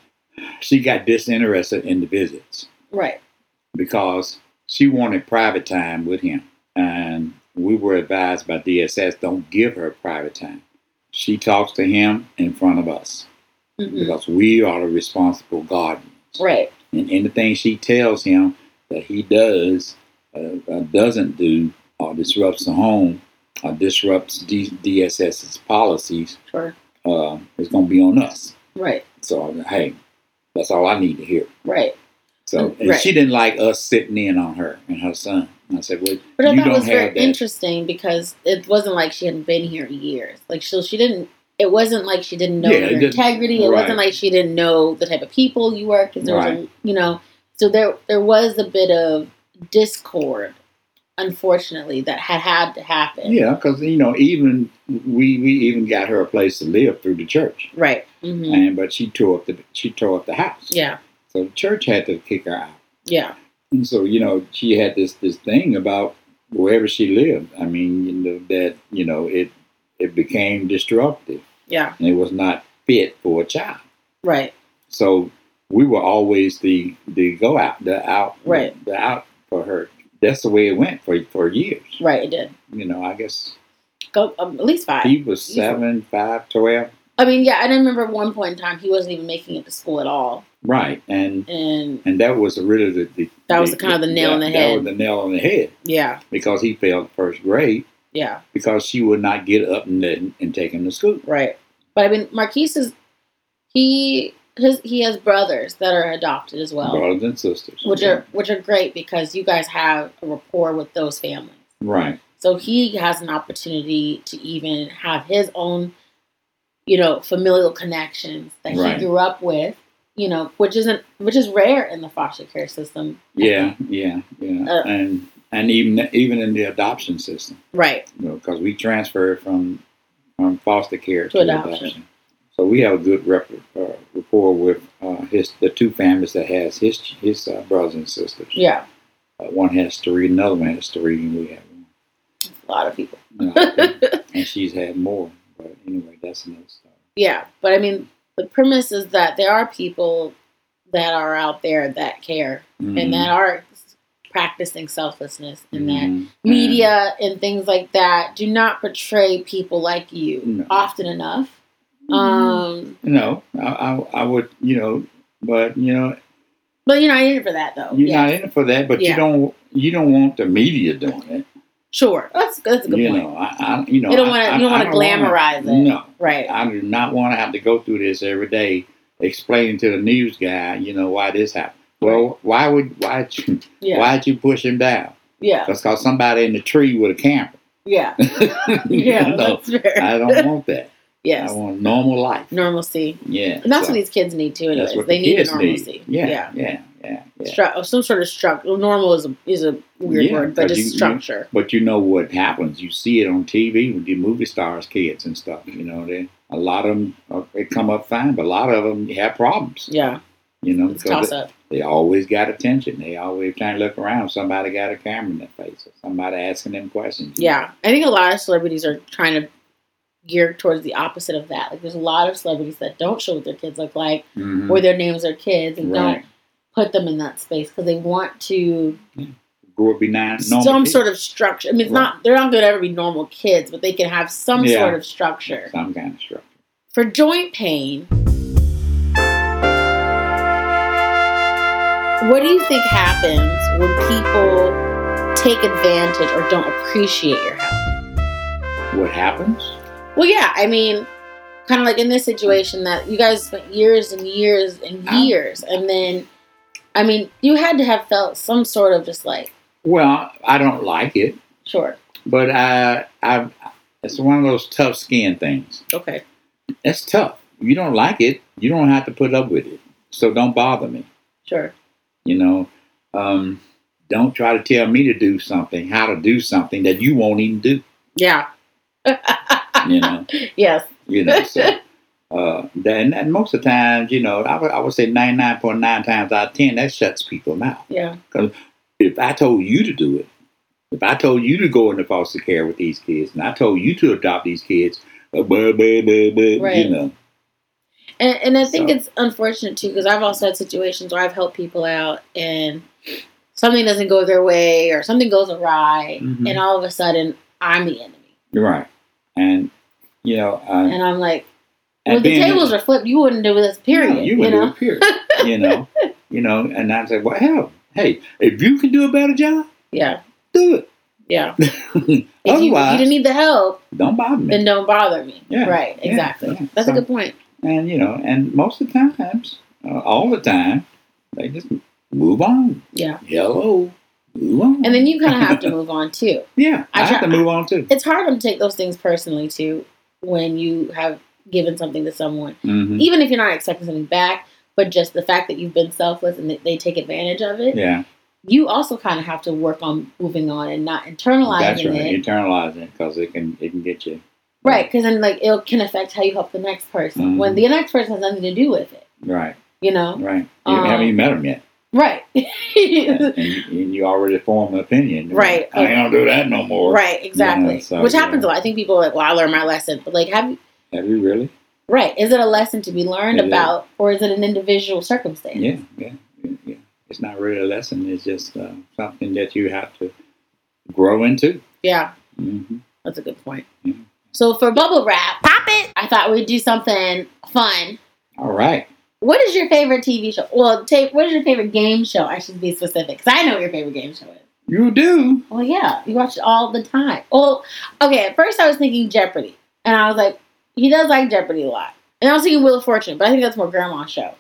S2: She got disinterested in the visits.
S1: Right.
S2: because she wanted private time with him. And we were advised by DSS don't give her private time. She talks to him in front of us
S1: hmm
S2: because we are the responsible guardians.
S1: Right.
S2: And anything she tells him that he does, uh, uh, doesn't do, or disrupts the home, or disrupts D- DSS's policies,
S1: Sure.
S2: uh, is going to be on us.
S1: Right.
S2: So, hey, that's all I need to hear.
S1: Right.
S2: So and
S1: Mm, Right.
S2: she didn't like us sitting in on her and her son. And I said, "Well,
S1: But I
S2: you
S1: thought it
S2: don't
S1: was very
S2: have that."
S1: interesting because it wasn't like she hadn't been here in years. Like she, she didn't. It wasn't like she didn't know
S2: Yeah, it
S1: your
S2: didn't-
S1: integrity. It
S2: right.
S1: wasn't like she didn't know the type of people you were because there was,
S2: Right.
S1: a, you know. So there, there was a bit of discord, unfortunately, that had had to happen.
S2: yeah, because you know, even we we even got her a place to live through the church,
S1: Right. hmm
S2: and but she tore up the she tore up the house.
S1: Yeah.
S2: So the church had to kick her out,
S1: Yeah.
S2: and so you know she had this this thing about wherever she lived. I mean, you know that you know it it became destructive
S1: Yeah.
S2: and it was not fit for a child.
S1: Right.
S2: So we were always the the go out, the out,
S1: Right.
S2: the out for her. That's the way it went for for years.
S1: Right. It did.
S2: You know, I guess
S1: Go um, at least five.
S2: he was seven, five, twelve,
S1: I mean, yeah. And I remember at one point in time he wasn't even making it to school at all,
S2: right? And
S1: and
S2: and that was really the, the
S1: That was the kind of the nail in the
S2: that-
S1: head.
S2: That was the nail on the head
S1: yeah,
S2: because he failed first grade
S1: yeah.
S2: because she would not get up and then- and take him to school.
S1: Right. But I mean, Marquise is he his he has brothers that are adopted as well,
S2: Brothers and sisters,
S1: which are which are great because you guys have a rapport with those families.
S2: right,
S1: So he has an opportunity to even have his own, you know, familial connections that
S2: Right.
S1: he grew up with, you know, which isn't which is rare in the foster care system.
S2: yeah, yeah, yeah,
S1: Uh,
S2: and and even even in the adoption system.
S1: Right.
S2: because we transferred from from foster care to,
S1: To
S2: adoption.
S1: adoption.
S2: So we have a good rep, uh, rapport with uh, his the two families that has his his uh, brothers and sisters.
S1: Yeah.
S2: Uh, one has three, another one has three, and we have
S1: A lot of people.
S2: one. Uh, and she's had more, but anyway, that's another story.
S1: Yeah, but I mean, the premise is that there are people that are out there that care
S2: Mm-hmm.
S1: and that are practicing selflessness and that
S2: Mhm.
S1: media and things like that do not portray people like you
S2: No.
S1: often enough um
S2: No, I, I, I would, you know, but you know,
S1: But you're not in it for that though.
S2: You're
S1: yeah.
S2: not in it for that, but you
S1: Yeah.
S2: don't you don't want the media doing it.
S1: Sure. That's that's a good
S2: You
S1: point.
S2: know, I, I you know
S1: you don't
S2: I-
S1: want to
S2: I-
S1: you don't
S2: I
S1: want to glamorize
S2: wanna-
S1: it.
S2: No,
S1: Right.
S2: I do not want to have to go through this every day explaining to the news guy, you know, why this happened. Well, why would why you
S1: Yeah.
S2: why'd you push him down?
S1: Yeah.
S2: That's because somebody in the tree with a camper.
S1: Yeah.
S2: You
S1: Yeah.
S2: know,
S1: That's fair.
S2: I don't want that.
S1: yes.
S2: I want normal life.
S1: normalcy.
S2: Yeah,
S1: And that's
S2: so
S1: what these kids need too.
S2: that's
S1: Anyways,
S2: what
S1: they
S2: the
S1: need
S2: kids
S1: normalcy.
S2: Yeah, yeah, yeah, yeah.
S1: Stru- or some sort of structure. Normal is a, is a weird
S2: Yeah,
S1: word, but
S2: but
S1: just
S2: you- you-
S1: structure.
S2: But you know what happens? You see it on TV with the movie stars, kids, and stuff. You know, they, a lot of them uh, they come up fine, but a lot of them have problems.
S1: yeah,
S2: You know,
S1: it's toss
S2: because
S1: up.
S2: they, they always got attention. They always trying to look around. Somebody got a camera in their face, or somebody asking them questions.
S1: Yeah, I think a lot of celebrities are trying to gear towards the opposite of that. Like, there's a lot of celebrities that don't show what their kids look like
S2: Mhm.
S1: or their names are kids and
S2: right.
S1: don't put them in that space because they want to
S2: Grow up benign.
S1: some sort of structure. I mean, it's
S2: Right.
S1: not they're not going to ever be normal kids, but they can have some
S2: Yeah.
S1: sort of structure.
S2: some kind of structure.
S1: For joint pain, what do you think happens when people take advantage or don't appreciate your help?
S2: What happens?
S1: Well, yeah, I mean, kind of like in this situation that you guys spent years and years and
S2: Um,
S1: years, and then, I mean, you had to have felt some sort of just like,
S2: Well, I don't like it,
S1: sure,
S2: but I, I, it's one of those tough skin things.
S1: okay,
S2: That's tough. You don't like it, you don't have to put up with it. So don't bother me.
S1: sure,
S2: You know, um, don't try to tell me to do something, how to do something that you won't even do.
S1: yeah,
S2: You know,
S1: yes,
S2: you know. So, uh, then and most of the times, you know, I would I would say ninety nine point nine times out of ten, that shuts people mouth.
S1: yeah,
S2: If I told you to do it, if I told you to go into foster care with these kids, and I told you to adopt these kids, uh, blah, blah, blah, blah,
S1: Right.
S2: you know,
S1: and, and I think
S2: So-
S1: it's unfortunate too because I've also had situations where I've helped people out and something doesn't go their way or something goes awry,
S2: Mhm.
S1: and all of a sudden I'm the enemy,
S2: you're right. And you know, uh,
S1: and I'm like.
S2: and
S1: Well, the
S2: then-
S1: tables are flipped. You wouldn't do this, period.
S2: No,
S1: you,
S2: you would
S1: know,
S2: do it, period. you know, you know, and I said, well, hell, hey, if you can do a better job,
S1: yeah,
S2: do it.
S1: yeah. If you, if you
S2: Otherwise-
S1: didn't need the help,
S2: Don't bother me.
S1: then don't bother me.
S2: Yeah,
S1: right,
S2: yeah,
S1: exactly.
S2: yeah.
S1: That's
S2: So-
S1: a good point.
S2: and you know, and most of the times, uh, all the time, they just move on.
S1: Yeah,
S2: Hello, move on.
S1: and then you kind of have to move on too.
S2: yeah, I,
S1: I
S2: have
S1: try-
S2: to move on too.
S1: It's hard to take those things personally too when you have given something to someone,
S2: hmm
S1: even if you're not expecting something back. But just the fact that you've been selfless and that they take advantage of it,
S2: Yeah,
S1: you also kind of have to work on moving on and not internalizing
S2: that's right.
S1: it.
S2: Internalize it because it can it can get you.
S1: Right, because then like it can affect how you help the next person
S2: Mhm.
S1: when the next person has nothing to do with it.
S2: Right,
S1: You know,
S2: right. You
S1: Um,
S2: haven't even met them yet,
S1: right,
S2: and, you, and you already form an opinion.
S1: Right.
S2: I ain't gonna do that no more.
S1: right, exactly.
S2: so,
S1: Which
S2: yeah.
S1: happens a lot. I think people are like, "Well, I learned my lesson," but like, have you,
S2: Have you really?
S1: right? Is it a lesson to be learned
S2: It is.
S1: about, or is it an individual circumstance?
S2: Yeah, yeah, yeah, yeah. It's not really a lesson. It's just uh, something that you have to grow into.
S1: Yeah,
S2: hmm
S1: that's a good point.
S2: Yeah.
S1: So for bubble wrap, pop it. I thought we'd do something fun.
S2: All right.
S1: What is your favorite TV show? Well, tape. What is your favorite game show? I should be specific because I know what your favorite game show is.
S2: You do.
S1: Well, yeah, you watch it all the time. Well, okay, at first I was thinking Jeopardy, and I was like, he does like Jeopardy a lot. And I was thinking Wheel of Fortune, but I think that's more grandma's show.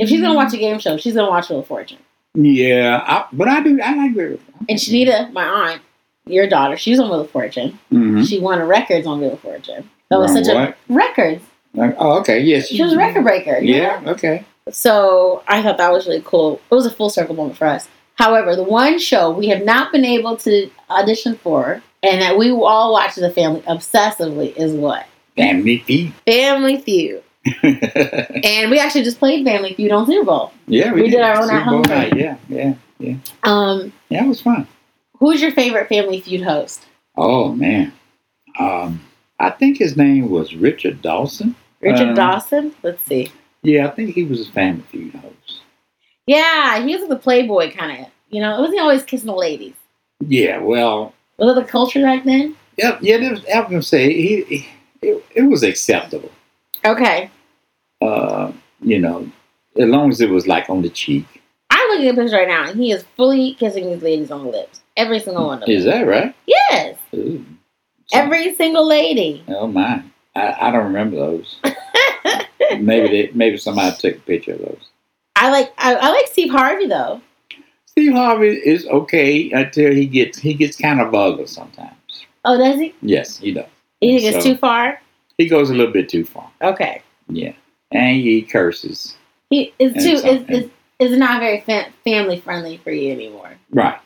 S1: If she's gonna watch a game show, she's gonna watch Wheel of Fortune.
S2: Yeah, I, but I do. I agree with you.
S1: And Shanita, my aunt, your daughter, she's on Wheel of Fortune.
S2: hmm
S1: She won a records on Wheel of Fortune. That was
S2: Wrong
S1: such
S2: what?
S1: a records.
S2: Like, oh, okay. Yes.
S1: She was a record breaker. you know?
S2: Yeah. Okay.
S1: So I thought that was really cool. It was a full circle moment for us. However, the one show we have not been able to audition for and that we all watch as a family obsessively is what?
S2: Damn Mickey.
S1: Family Feud.
S2: yeah,
S1: And we actually just played Family Feud on Super Bowl. We did our own
S2: Super
S1: at-home
S2: Bowl
S1: thing.
S2: Yeah, yeah,
S1: Um,
S2: yeah. It was fun.
S1: who's your favorite Family Feud host?
S2: Oh man. Um, I think his name was Richard Dawson.
S1: Richard
S2: Um,
S1: Dawson? Let's see.
S2: Yeah, I think he was a family feud host.
S1: Yeah, he was like the playboy kind of. You know, wasn't he always kissing the ladies?
S2: Yeah. Well,
S1: Was that the culture back then?
S2: Yeah, yeah. There was, I was gonna say he, he- it, it was acceptable.
S1: Okay.
S2: Uh, you know, as long as it was like on the cheek.
S1: I I'm looking at this right now, and he is fully kissing these ladies on the lips. Every single one of them.
S2: Is that right?
S1: Yes.
S2: Ooh.
S1: Every single lady.
S2: Oh my! I, I don't remember those. maybe they, maybe somebody took a picture of those.
S1: I like I, I like Steve Harvey though.
S2: Steve Harvey is okay until he gets he gets kind of vulgar sometimes.
S1: Oh, does he?
S2: Yes, he does.
S1: You think it's
S2: So-
S1: too far?
S2: He goes a little bit too far.
S1: Okay.
S2: Yeah, and he curses.
S1: He is
S2: And
S1: too
S2: some-
S1: is is is not very fa- family friendly for you anymore.
S2: Right,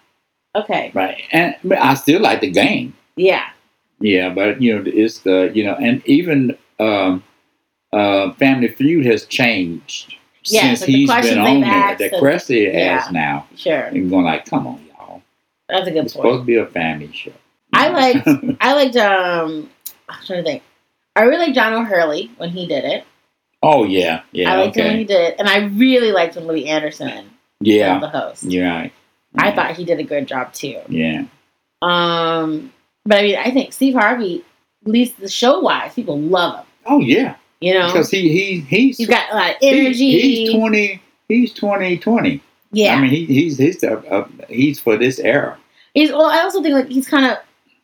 S1: Okay.
S2: right. And but I still like the game.
S1: Yeah.
S2: Yeah, but you know it's the you know, and even um, uh, Family Feud has changed
S1: Yeah,
S2: since
S1: like the
S2: he's
S1: questions
S2: been
S1: they've
S2: on there.
S1: asked
S2: The
S1: and-
S2: question he
S1: yeah.
S2: has now,
S1: Sure.
S2: and going like, come on, y'all.
S1: That's a good
S2: It's
S1: point.
S2: supposed to be a family show.
S1: I liked I liked um I'm trying to think. I really liked John O'Hurley when he did it.
S2: Oh yeah, yeah,
S1: I liked him when
S2: okay,
S1: he did it. And I really liked when Louis Anderson was
S2: yeah,
S1: the host.
S2: you're right.
S1: I
S2: Right.
S1: thought he did a good job too.
S2: yeah,
S1: Um but I mean I think Steve Harvey, at least the show wise, people love him.
S2: oh yeah,
S1: You know?
S2: because he he he's
S1: He's got a lot of
S2: he-
S1: energy.
S2: he's twenty. He's twenty twenty.
S1: yeah.
S2: I mean, he, he's he's uh, uh, he's for this era.
S1: He's well. I also think like he's kind of,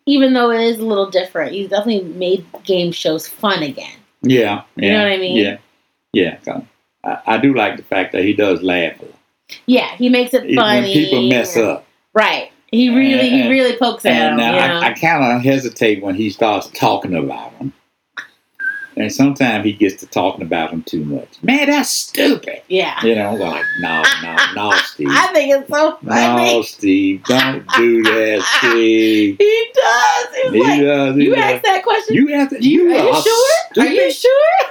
S1: even though it is a little different, he's definitely made game shows fun again.
S2: Yeah,
S1: You
S2: yeah,
S1: know what I mean?
S2: Yeah, yeah. So, I, I do like the fact that he does laugh. a lot.
S1: Yeah, he makes it
S2: Even
S1: funny.
S2: when people mess up,
S1: right? He really, he
S2: And-
S1: really pokes at
S2: and
S1: him.
S2: uh,
S1: you know?
S2: I, I kind of hesitate when he starts talking about them. And sometimes he gets to talking about them too much. Man, that's stupid.
S1: yeah,
S2: You know, I'm like, no, no, no, Steve.
S1: I think it's so funny.
S2: No, Steve, don't do that, Steve.
S1: He does. He's
S2: He
S1: like,
S2: does, he
S1: you
S2: does.
S1: asked that question.
S2: You have to. You
S1: are you sure? Are you
S2: stupid.
S1: sure?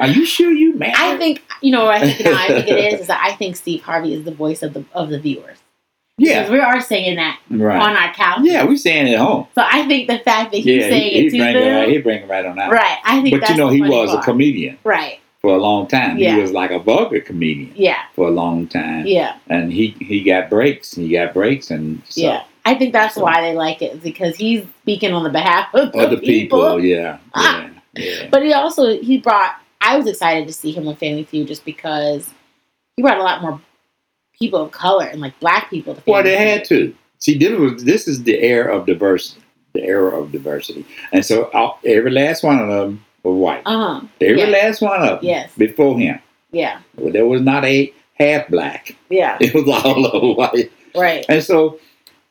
S2: Are you sure you mad?
S1: I think you know. What I think. No, I think it is. Is that I think Steve Harvey is the voice of the of the viewers.
S2: Yeah,
S1: we are saying that
S2: right.
S1: on our couch.
S2: Yeah, we're saying it home.
S1: So I think the fact that he's
S2: Yeah,
S1: saying
S2: he, he
S1: it to
S2: bring it right.
S1: them,
S2: He bring it right on out.
S1: right? I think.
S2: But
S1: that's
S2: you know,
S1: the
S2: he
S1: funny
S2: was a
S1: part.
S2: comedian
S1: Right.
S2: for a long time.
S1: Yeah.
S2: He was like a vulgar comedian
S1: Yeah.
S2: for a long time,
S1: Yeah.
S2: and he he got breaks. He got breaks, and so
S1: yeah. I think that's
S2: so-
S1: why they like it because he's speaking on the behalf of the
S2: other people,
S1: people.
S2: yeah, yeah,
S1: Ah.
S2: yeah.
S1: But he also he brought. I was excited to see him on Family Feud just because he brought a lot more people of color and like black people. To
S2: Well,
S1: Family
S2: they had
S1: Feud.
S2: to. See, this was this is the era of diversity, the era of diversity, and so all, every last one of them were white.
S1: Uh huh.
S2: Every
S1: yeah.
S2: last one of them.
S1: Yes.
S2: Before him,
S1: Yeah.
S2: well, there was not a half black.
S1: Yeah.
S2: It was all over white,
S1: Right.
S2: and so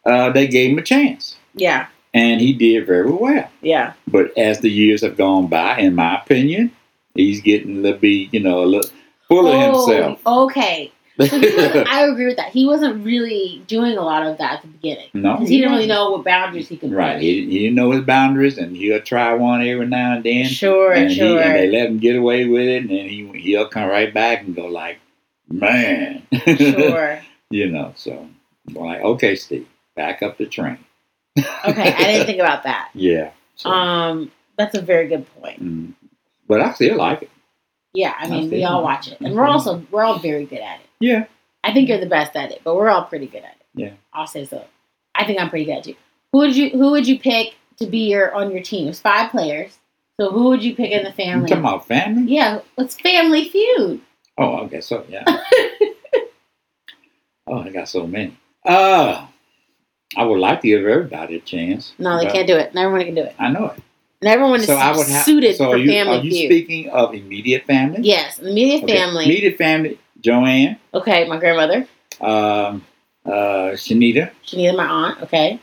S2: uh, they gave him a chance,
S1: Yeah.
S2: and he did very well.
S1: Yeah.
S2: But as the years have gone by, in my opinion, he's getting a little bit, you know, a little full of
S1: Oh, okay. So he wasn't-
S2: himself.
S1: I agree with that. He wasn't really doing a lot of that at the beginning
S2: no,
S1: because he didn't really know what boundaries he could.
S2: Right,
S1: push.
S2: he, he didn't know his boundaries, and he'll try one every now and then.
S1: Sure.
S2: and,
S1: sure.
S2: he, and they let him get away with it, and then he he'll come right back and go like, "Man,"
S1: sure.
S2: you know. So I'm like, okay, Steve, back up the train.
S1: Okay, I didn't think about that.
S2: Yeah. So,
S1: Um, that's a very good point.
S2: mm. but I still like it.
S1: Yeah, I mean, we
S2: Absolutely.
S1: all watch it, and we're also we're all very good at it.
S2: Yeah.
S1: I think you're the best at it, but we're all pretty good at it.
S2: Yeah.
S1: I'll say so. I think I'm pretty good at you. Who would you Who would you pick to be your on your team? It's five players, so who would you pick in the
S2: You
S1: family?
S2: talking about family?
S1: Yeah, it's Family Feud.
S2: Oh, okay. So yeah. oh, I got so many. Uh I would like to give everybody a chance.
S1: No, they
S2: but
S1: can't do it. Not everyone can do it.
S2: I know it.
S1: And everyone is
S2: so I would have.
S1: suited
S2: so
S1: for
S2: are you,
S1: Family
S2: are you
S1: Feud.
S2: speaking of immediate family?
S1: yes, immediate
S2: Okay,
S1: family.
S2: Immediate family. Joanne,
S1: okay, my grandmother,
S2: um, uh, Shanita,
S1: Shanita, my aunt. Okay,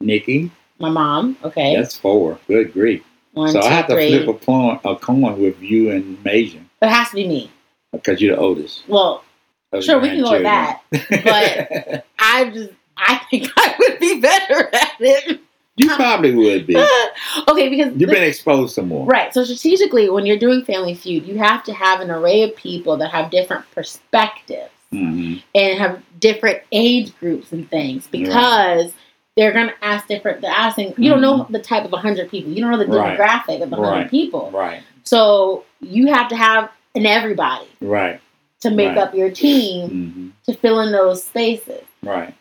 S2: Nikki.
S1: my mom. Okay,
S2: That's four. Good grief.
S1: one,
S2: so
S1: two,
S2: I have to
S1: three.
S2: flip a coin, a coin with you and Major
S1: It has to be me.
S2: because you're the oldest.
S1: Well,
S2: of the
S1: sure, we can go with that.
S2: grandchildren.
S1: I just, I think I would be better at it.
S2: you probably would be.
S1: okay, because
S2: You've been exposed some more.
S1: right. So strategically, when you're doing Family Feud, you have to have an array of people that have different perspectives
S2: hmm
S1: and have different age groups and things
S2: Right.
S1: because. They're gonna ask different. They're asking. You don't know the type of hundred people. You don't know the
S2: Mm-hmm. Right.
S1: demographic of the hundred
S2: Right.
S1: people.
S2: Right.
S1: So you have to have an everybody
S2: Right.
S1: to make
S2: Right.
S1: up your team
S2: hmm
S1: to fill in those spaces.
S2: Right.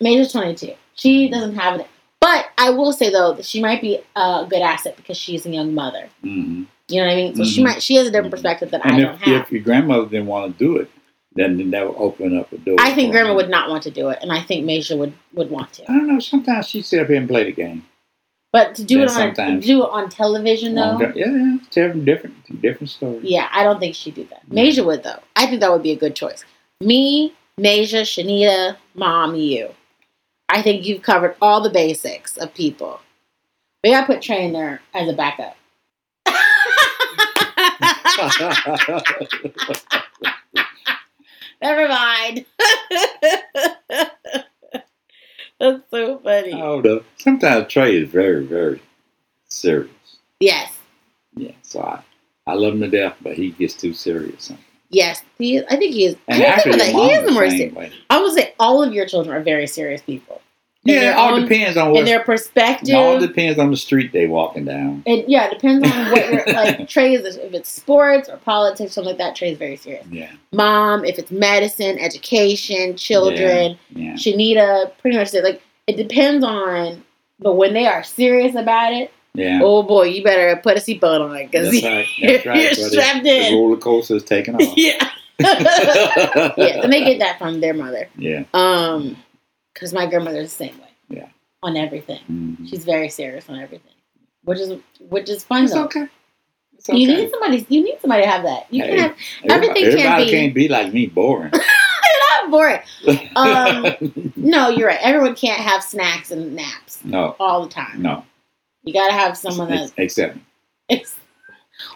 S1: Major's 22. She doesn't have it. But I will say though that she might be a good asset because she's a young mother.
S2: hmm
S1: You know what I mean? So she
S2: Mhm.
S1: might she has a different
S2: Mhm.
S1: perspective that I
S2: And
S1: don't
S2: if,
S1: have.
S2: if your grandmother didn't want to do it, then that would open up a door.
S1: I think
S2: for
S1: Grandma
S2: me.
S1: would not want to do it, and I think Major would would want
S2: I
S1: to.
S2: don't know. Sometimes she'd sit up here and play the game.
S1: But to do
S2: Yeah,
S1: it on to
S2: sometimes.
S1: do it on television though,
S2: Yeah, yeah. Tell them different, different story.
S1: yeah, I don't think she'd do that. Major would though. I think that would be a good choice. Me, Major, Shanita, Mom, you. I think you've covered all the basics of people. Maybe I put Trey in there as a backup. Never mind. That's so funny.
S2: Hold up. Sometimes Trey is very, very serious.
S1: Yes.
S2: Yeah. So I, I love him to death, but he gets too serious. Sometimes.
S1: Yes, he is. I think he is.
S2: And
S1: I
S2: actually,
S1: think that
S2: your mom
S1: he is the
S2: the
S1: more
S2: same
S1: serious.
S2: way.
S1: I would say all of your children are very serious people. In
S2: Yeah, it
S1: their
S2: all
S1: own-
S2: depends on
S1: And
S2: what.
S1: their perspective.
S2: It all depends on the street they walking down.
S1: and yeah, it depends on what you're like. Trey is if it's sports or politics, something like that. Trey is very serious.
S2: Yeah,
S1: Mom, if it's medicine, education, children.
S2: yeah.
S1: Shanita, pretty much it. Like it depends on. But when they are serious about it,
S2: Yeah.
S1: oh boy, you better put a seatbelt on because
S2: That's
S1: you're,
S2: right. That's right.
S1: you're
S2: buddy.
S1: strapped
S2: the
S1: in.
S2: roller coaster is taking off.
S1: Yeah, yeah. And they get that from their mother.
S2: yeah.
S1: Um, because my grandmother's the same way.
S2: Yeah.
S1: On everything,
S2: Mhm.
S1: she's very serious on everything, which is which is fun
S2: It's
S1: though.
S2: okay. It's
S1: You
S2: okay.
S1: need somebody. You need somebody to have that. You
S2: Hey.
S1: can have
S2: Everybody-
S1: everything can't
S2: everybody
S1: be-
S2: can't be like me, boring.
S1: that for it. Um, No, you're right. Everyone can't have snacks and naps
S2: no,
S1: all the time.
S2: no.
S1: You gotta have someone that.
S2: Ex- Except,
S1: It's,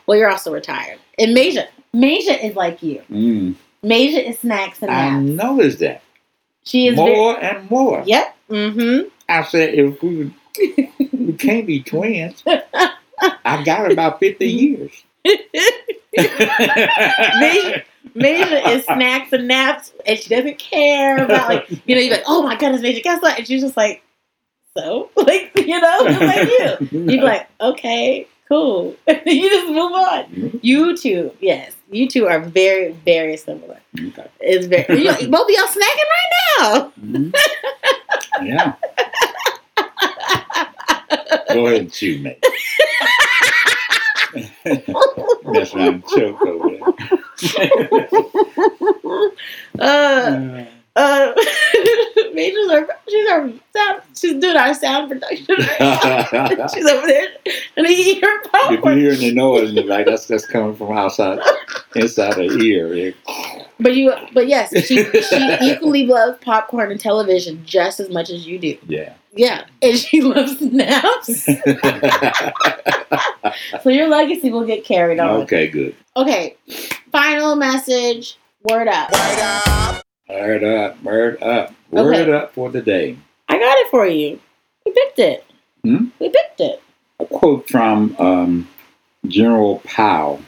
S1: well, you're also retired. And Major, Major is like you.
S2: mm,
S1: Major is snacks and
S2: I
S1: naps.
S2: noticed that
S1: She is. very-
S2: more and more.
S1: yep. Mm-hmm.
S2: I said, if we, would- we can't be twins, I've got about 50 years.
S1: Major, Major is snacks and naps, and she doesn't care about like you know. You're like, oh my god, it's Major Kessler, and she's just like, so like you know, just like you. You're like, okay, cool. you just move on. You two, yes, you two are very, very similar.
S2: Okay.
S1: It's very you both of y'all snacking right now.
S2: Mhm. Mm-hmm. Yeah. Go ahead and chew, mate. That's why I'm choked over there.
S1: uh,
S2: Uh,
S1: uh, Major's our, she's our sound, she's doing our sound production. Right now. she's over there and he eat her
S2: if you're
S1: popcorn.
S2: hearing the noise, you're like, that's that's coming from outside, inside the ear.
S1: But you, but yes, she she equally loves popcorn and television just as much as you do.
S2: Yeah.
S1: Yeah, and she loves naps. So your legacy will get carried on.
S2: okay, good.
S1: Okay, final message. Word up.
S2: Word up, word up, word
S1: Okay.
S2: up for the day.
S1: I got it for you. We picked it.
S2: Hmm?
S1: We picked it.
S2: a quote from um, General Powell,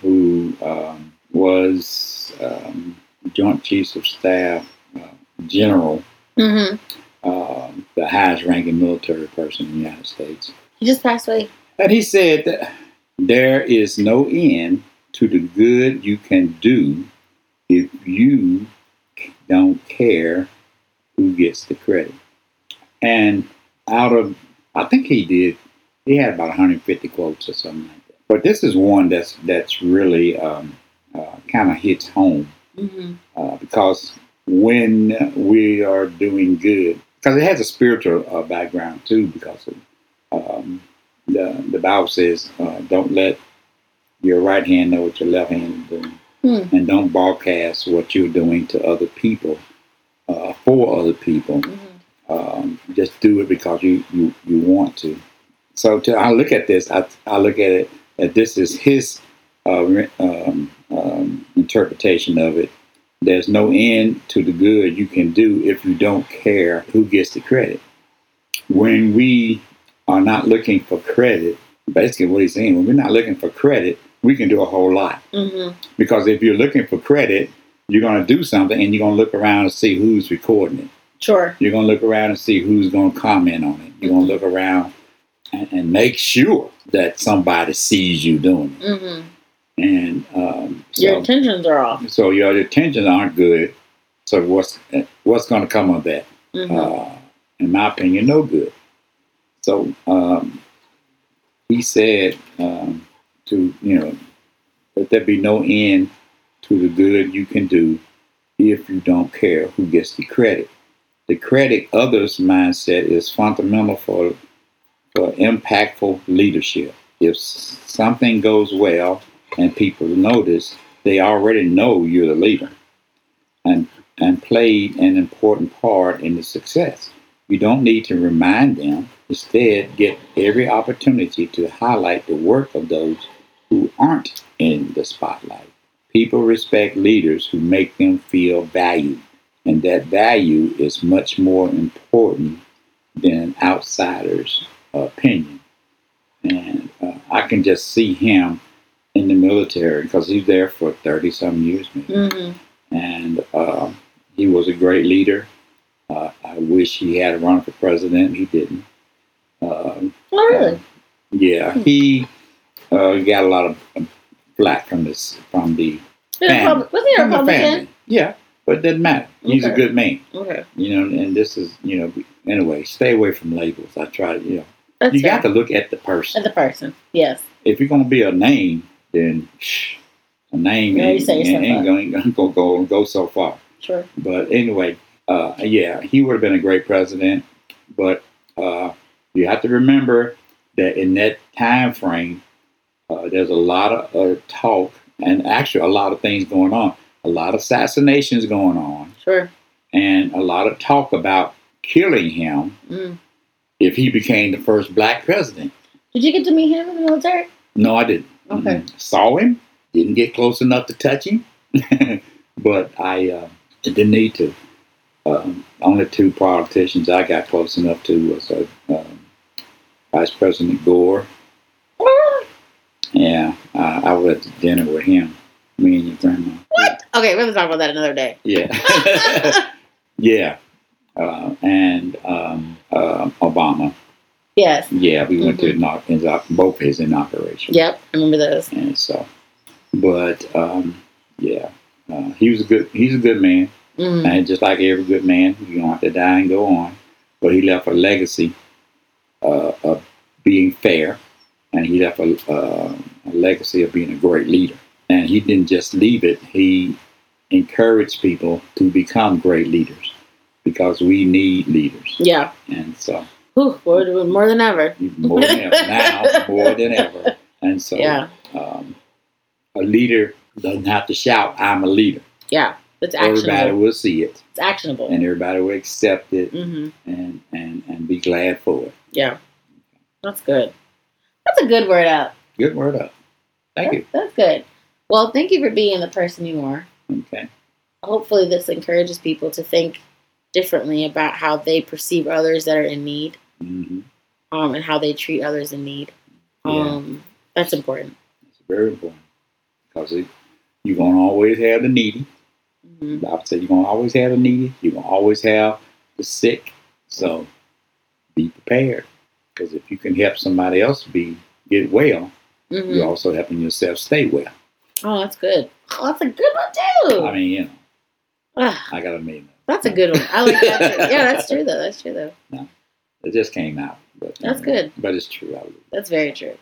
S2: who um, was um, Joint Chiefs of Staff uh, General,
S1: Mm-hmm.
S2: um, the highest ranking military person in the United States.
S1: He just passed away.
S2: And he said, that There is no end to the good you can do if you don't care who gets the credit. And out of, I think he did, he had about 150 quotes or something like that. But this is one that's, that's really um, uh, kind of hits home
S1: Mm-hmm.
S2: uh, because when we are doing good, because it has a spiritual uh, background too, because of, um, the, the Bible says, uh, don't let your right hand know what your left hand is doing,
S1: Hmm.
S2: and don't broadcast what you're doing to other people uh, for other people.
S1: Mm-hmm.
S2: Um, just do it because you, you, you want to. So to, I look at this, I, I look at it that this is his uh, re- um, um, interpretation of it. There's no end to the good you can do if you don't care who gets the credit. When we are not looking for credit, basically what he's saying, when we're not looking for credit, we can do a whole lot.
S1: Mm-hmm.
S2: Because if you're looking for credit, you're going to do something and you're going to look around and see who's recording it.
S1: Sure.
S2: You're going to look around and see who's going to comment on it. You're going to look around and, and make sure that somebody sees you doing it.
S1: Mm-hmm.
S2: And um, so,
S1: Your intentions are off.
S2: so your intentions aren't good. So what's what's going to come of that?
S1: Mm-hmm.
S2: Uh, in my opinion, no good. So um, he said um, to you know, let there be no end to the good you can do if you don't care who gets the credit. The credit others mindset is fundamental for, for impactful leadership. If s- something goes well and people notice, they already know you're the leader and, and played an important part in the success. You don't need to remind them. Instead, get every opportunity to highlight the work of those who aren't in the spotlight. People respect leaders who make them feel valued, and that value is much more important than outsiders' opinion. And uh, I can just see him in the military because he's there for 30 some years, maybe
S1: Mm-hmm.
S2: and uh, he was a great leader. Uh, I wish he had run for president. He didn't. Um,
S1: Oh, really?
S2: yeah,
S1: Hmm.
S2: he uh, got a lot of um, flack from this from the
S1: He's a
S2: family.
S1: Republic- Wasn't he a
S2: from the
S1: Republican?
S2: family. Yeah, but it doesn't matter. He's a
S1: Okay.
S2: good man,
S1: Okay.
S2: you know. And this is, you know, anyway. Stay away from labels. I try to, you know,
S1: That's
S2: you
S1: fair.
S2: got to look at the
S1: As
S2: person.
S1: a person, yes.
S2: If you're gonna be a name, then shh, a name
S1: Yeah, you
S2: ain't,
S1: set yourself
S2: ain't,
S1: up.
S2: gonna, ain't gonna go go so far.
S1: Sure.
S2: But anyway, uh, yeah, he would have been a great president. But uh, you have to remember that in that time frame, uh, there's a lot of uh, talk and actually a lot of things going on, a lot of assassinations going on,
S1: Sure.
S2: and a lot of talk about killing him
S1: Mm.
S2: if he became the first black president.
S1: Did you get to meet him in the military?
S2: No, I didn't.
S1: Okay.
S2: Mhm. Saw him, didn't get close enough to touch him, but I uh, didn't need to. Um, only two politicians I got close enough to was uh, um, Vice President Gore.
S1: Oh,
S2: Yeah, I, I was at dinner with him, me and your grandma.
S1: What? Okay, we'll talk about that another day.
S2: Yeah. yeah. Uh, and um, uh, Obama.
S1: yes.
S2: Yeah, we went
S1: Mm-hmm.
S2: to inaug- inaug- both his inaugurations.
S1: Yep. I remember those.
S2: and so but um yeah uh, he was a good he's a good man
S1: Mm.
S2: and just like every good man you don't have to die and go on but he left a legacy uh, of being fair and he left a, uh, a legacy of being a great leader and he didn't just leave it he encouraged people to become great leaders because we need leaders
S1: Yeah.
S2: and so
S1: Whew, more, than- more than ever.
S2: more than ever now more than ever and so
S1: Yeah.
S2: um, a leader doesn't have to shout, I'm a leader.
S1: Yeah. It's
S2: Everybody
S1: actionable.
S2: will see it
S1: It's actionable.
S2: and everybody will accept it
S1: hmm
S2: and, and, and be glad for it.
S1: Yeah. That's good. That's a good word out.
S2: Good word up. Thank you.
S1: That's, that's good. Well, thank you for being the person you are.
S2: Okay.
S1: Hopefully, this encourages people to think differently about how they perceive others that are in need
S2: hmm
S1: um, and how they treat others in need.
S2: Yeah.
S1: Um, That's important.
S2: It's very important because it, you're going to always have the needy.
S1: hmm
S2: I would say you're going to always have the needy. You're going to always have the sick. So be prepared because if you can help somebody else be get well,
S1: hmm
S2: you're also helping yourself stay well.
S1: Oh, that's good. Oh, that's a good one, too.
S2: I mean, you know,
S1: Ah,
S2: I got to mean
S1: that's a good one. I like that. Too. Yeah, that's true, though. That's true, though.
S2: It just came out. But, uh,
S1: That's good.
S2: But it's true. I believe.
S1: That's very true.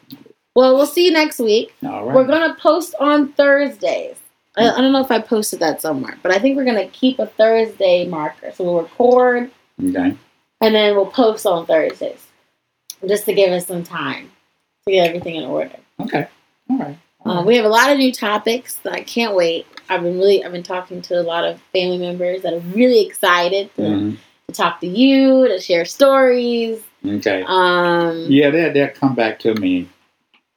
S1: Well, we'll see you next week.
S2: All right.
S1: We're gonna post on Thursdays. I, I don't know if I posted that somewhere, but I think we're gonna keep a Thursday marker. So we'll record
S2: okay.
S1: and then we'll post on Thursdays, just to give us some time to get everything in order.
S2: Okay. All right.
S1: Um, we have a lot of new topics that I can't wait. I've been really, I've been talking to a lot of family members that are really excited to,
S2: Mhm.
S1: to talk to you, to share stories.
S2: Okay.
S1: Um,
S2: Yeah, they'll, they'll come back to me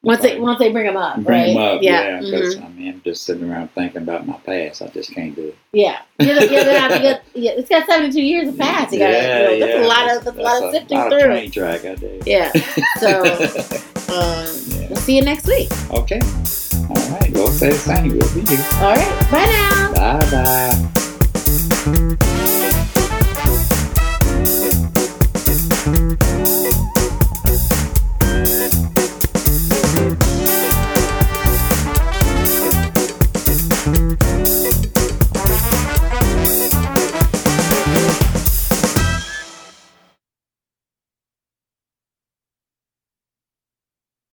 S1: once they once they bring them up,
S2: and bring
S1: right?
S2: them up. Yeah.
S1: mhm.
S2: Because I mean, I'm just sitting around thinking about my past. I just can't do it.
S1: Yeah, you know, you have to get, yeah, it's got seventy-two years of past. You got
S2: yeah,
S1: you know, that's
S2: yeah.
S1: a lot of that's a lot of sifting
S2: lot
S1: through.
S2: train track I did.
S1: yeah, so um,
S2: Yeah.
S1: we'll see you next week.
S2: Okay. All right. Well, say the same. We'll be here.
S1: All right, bye now.
S2: Bye bye.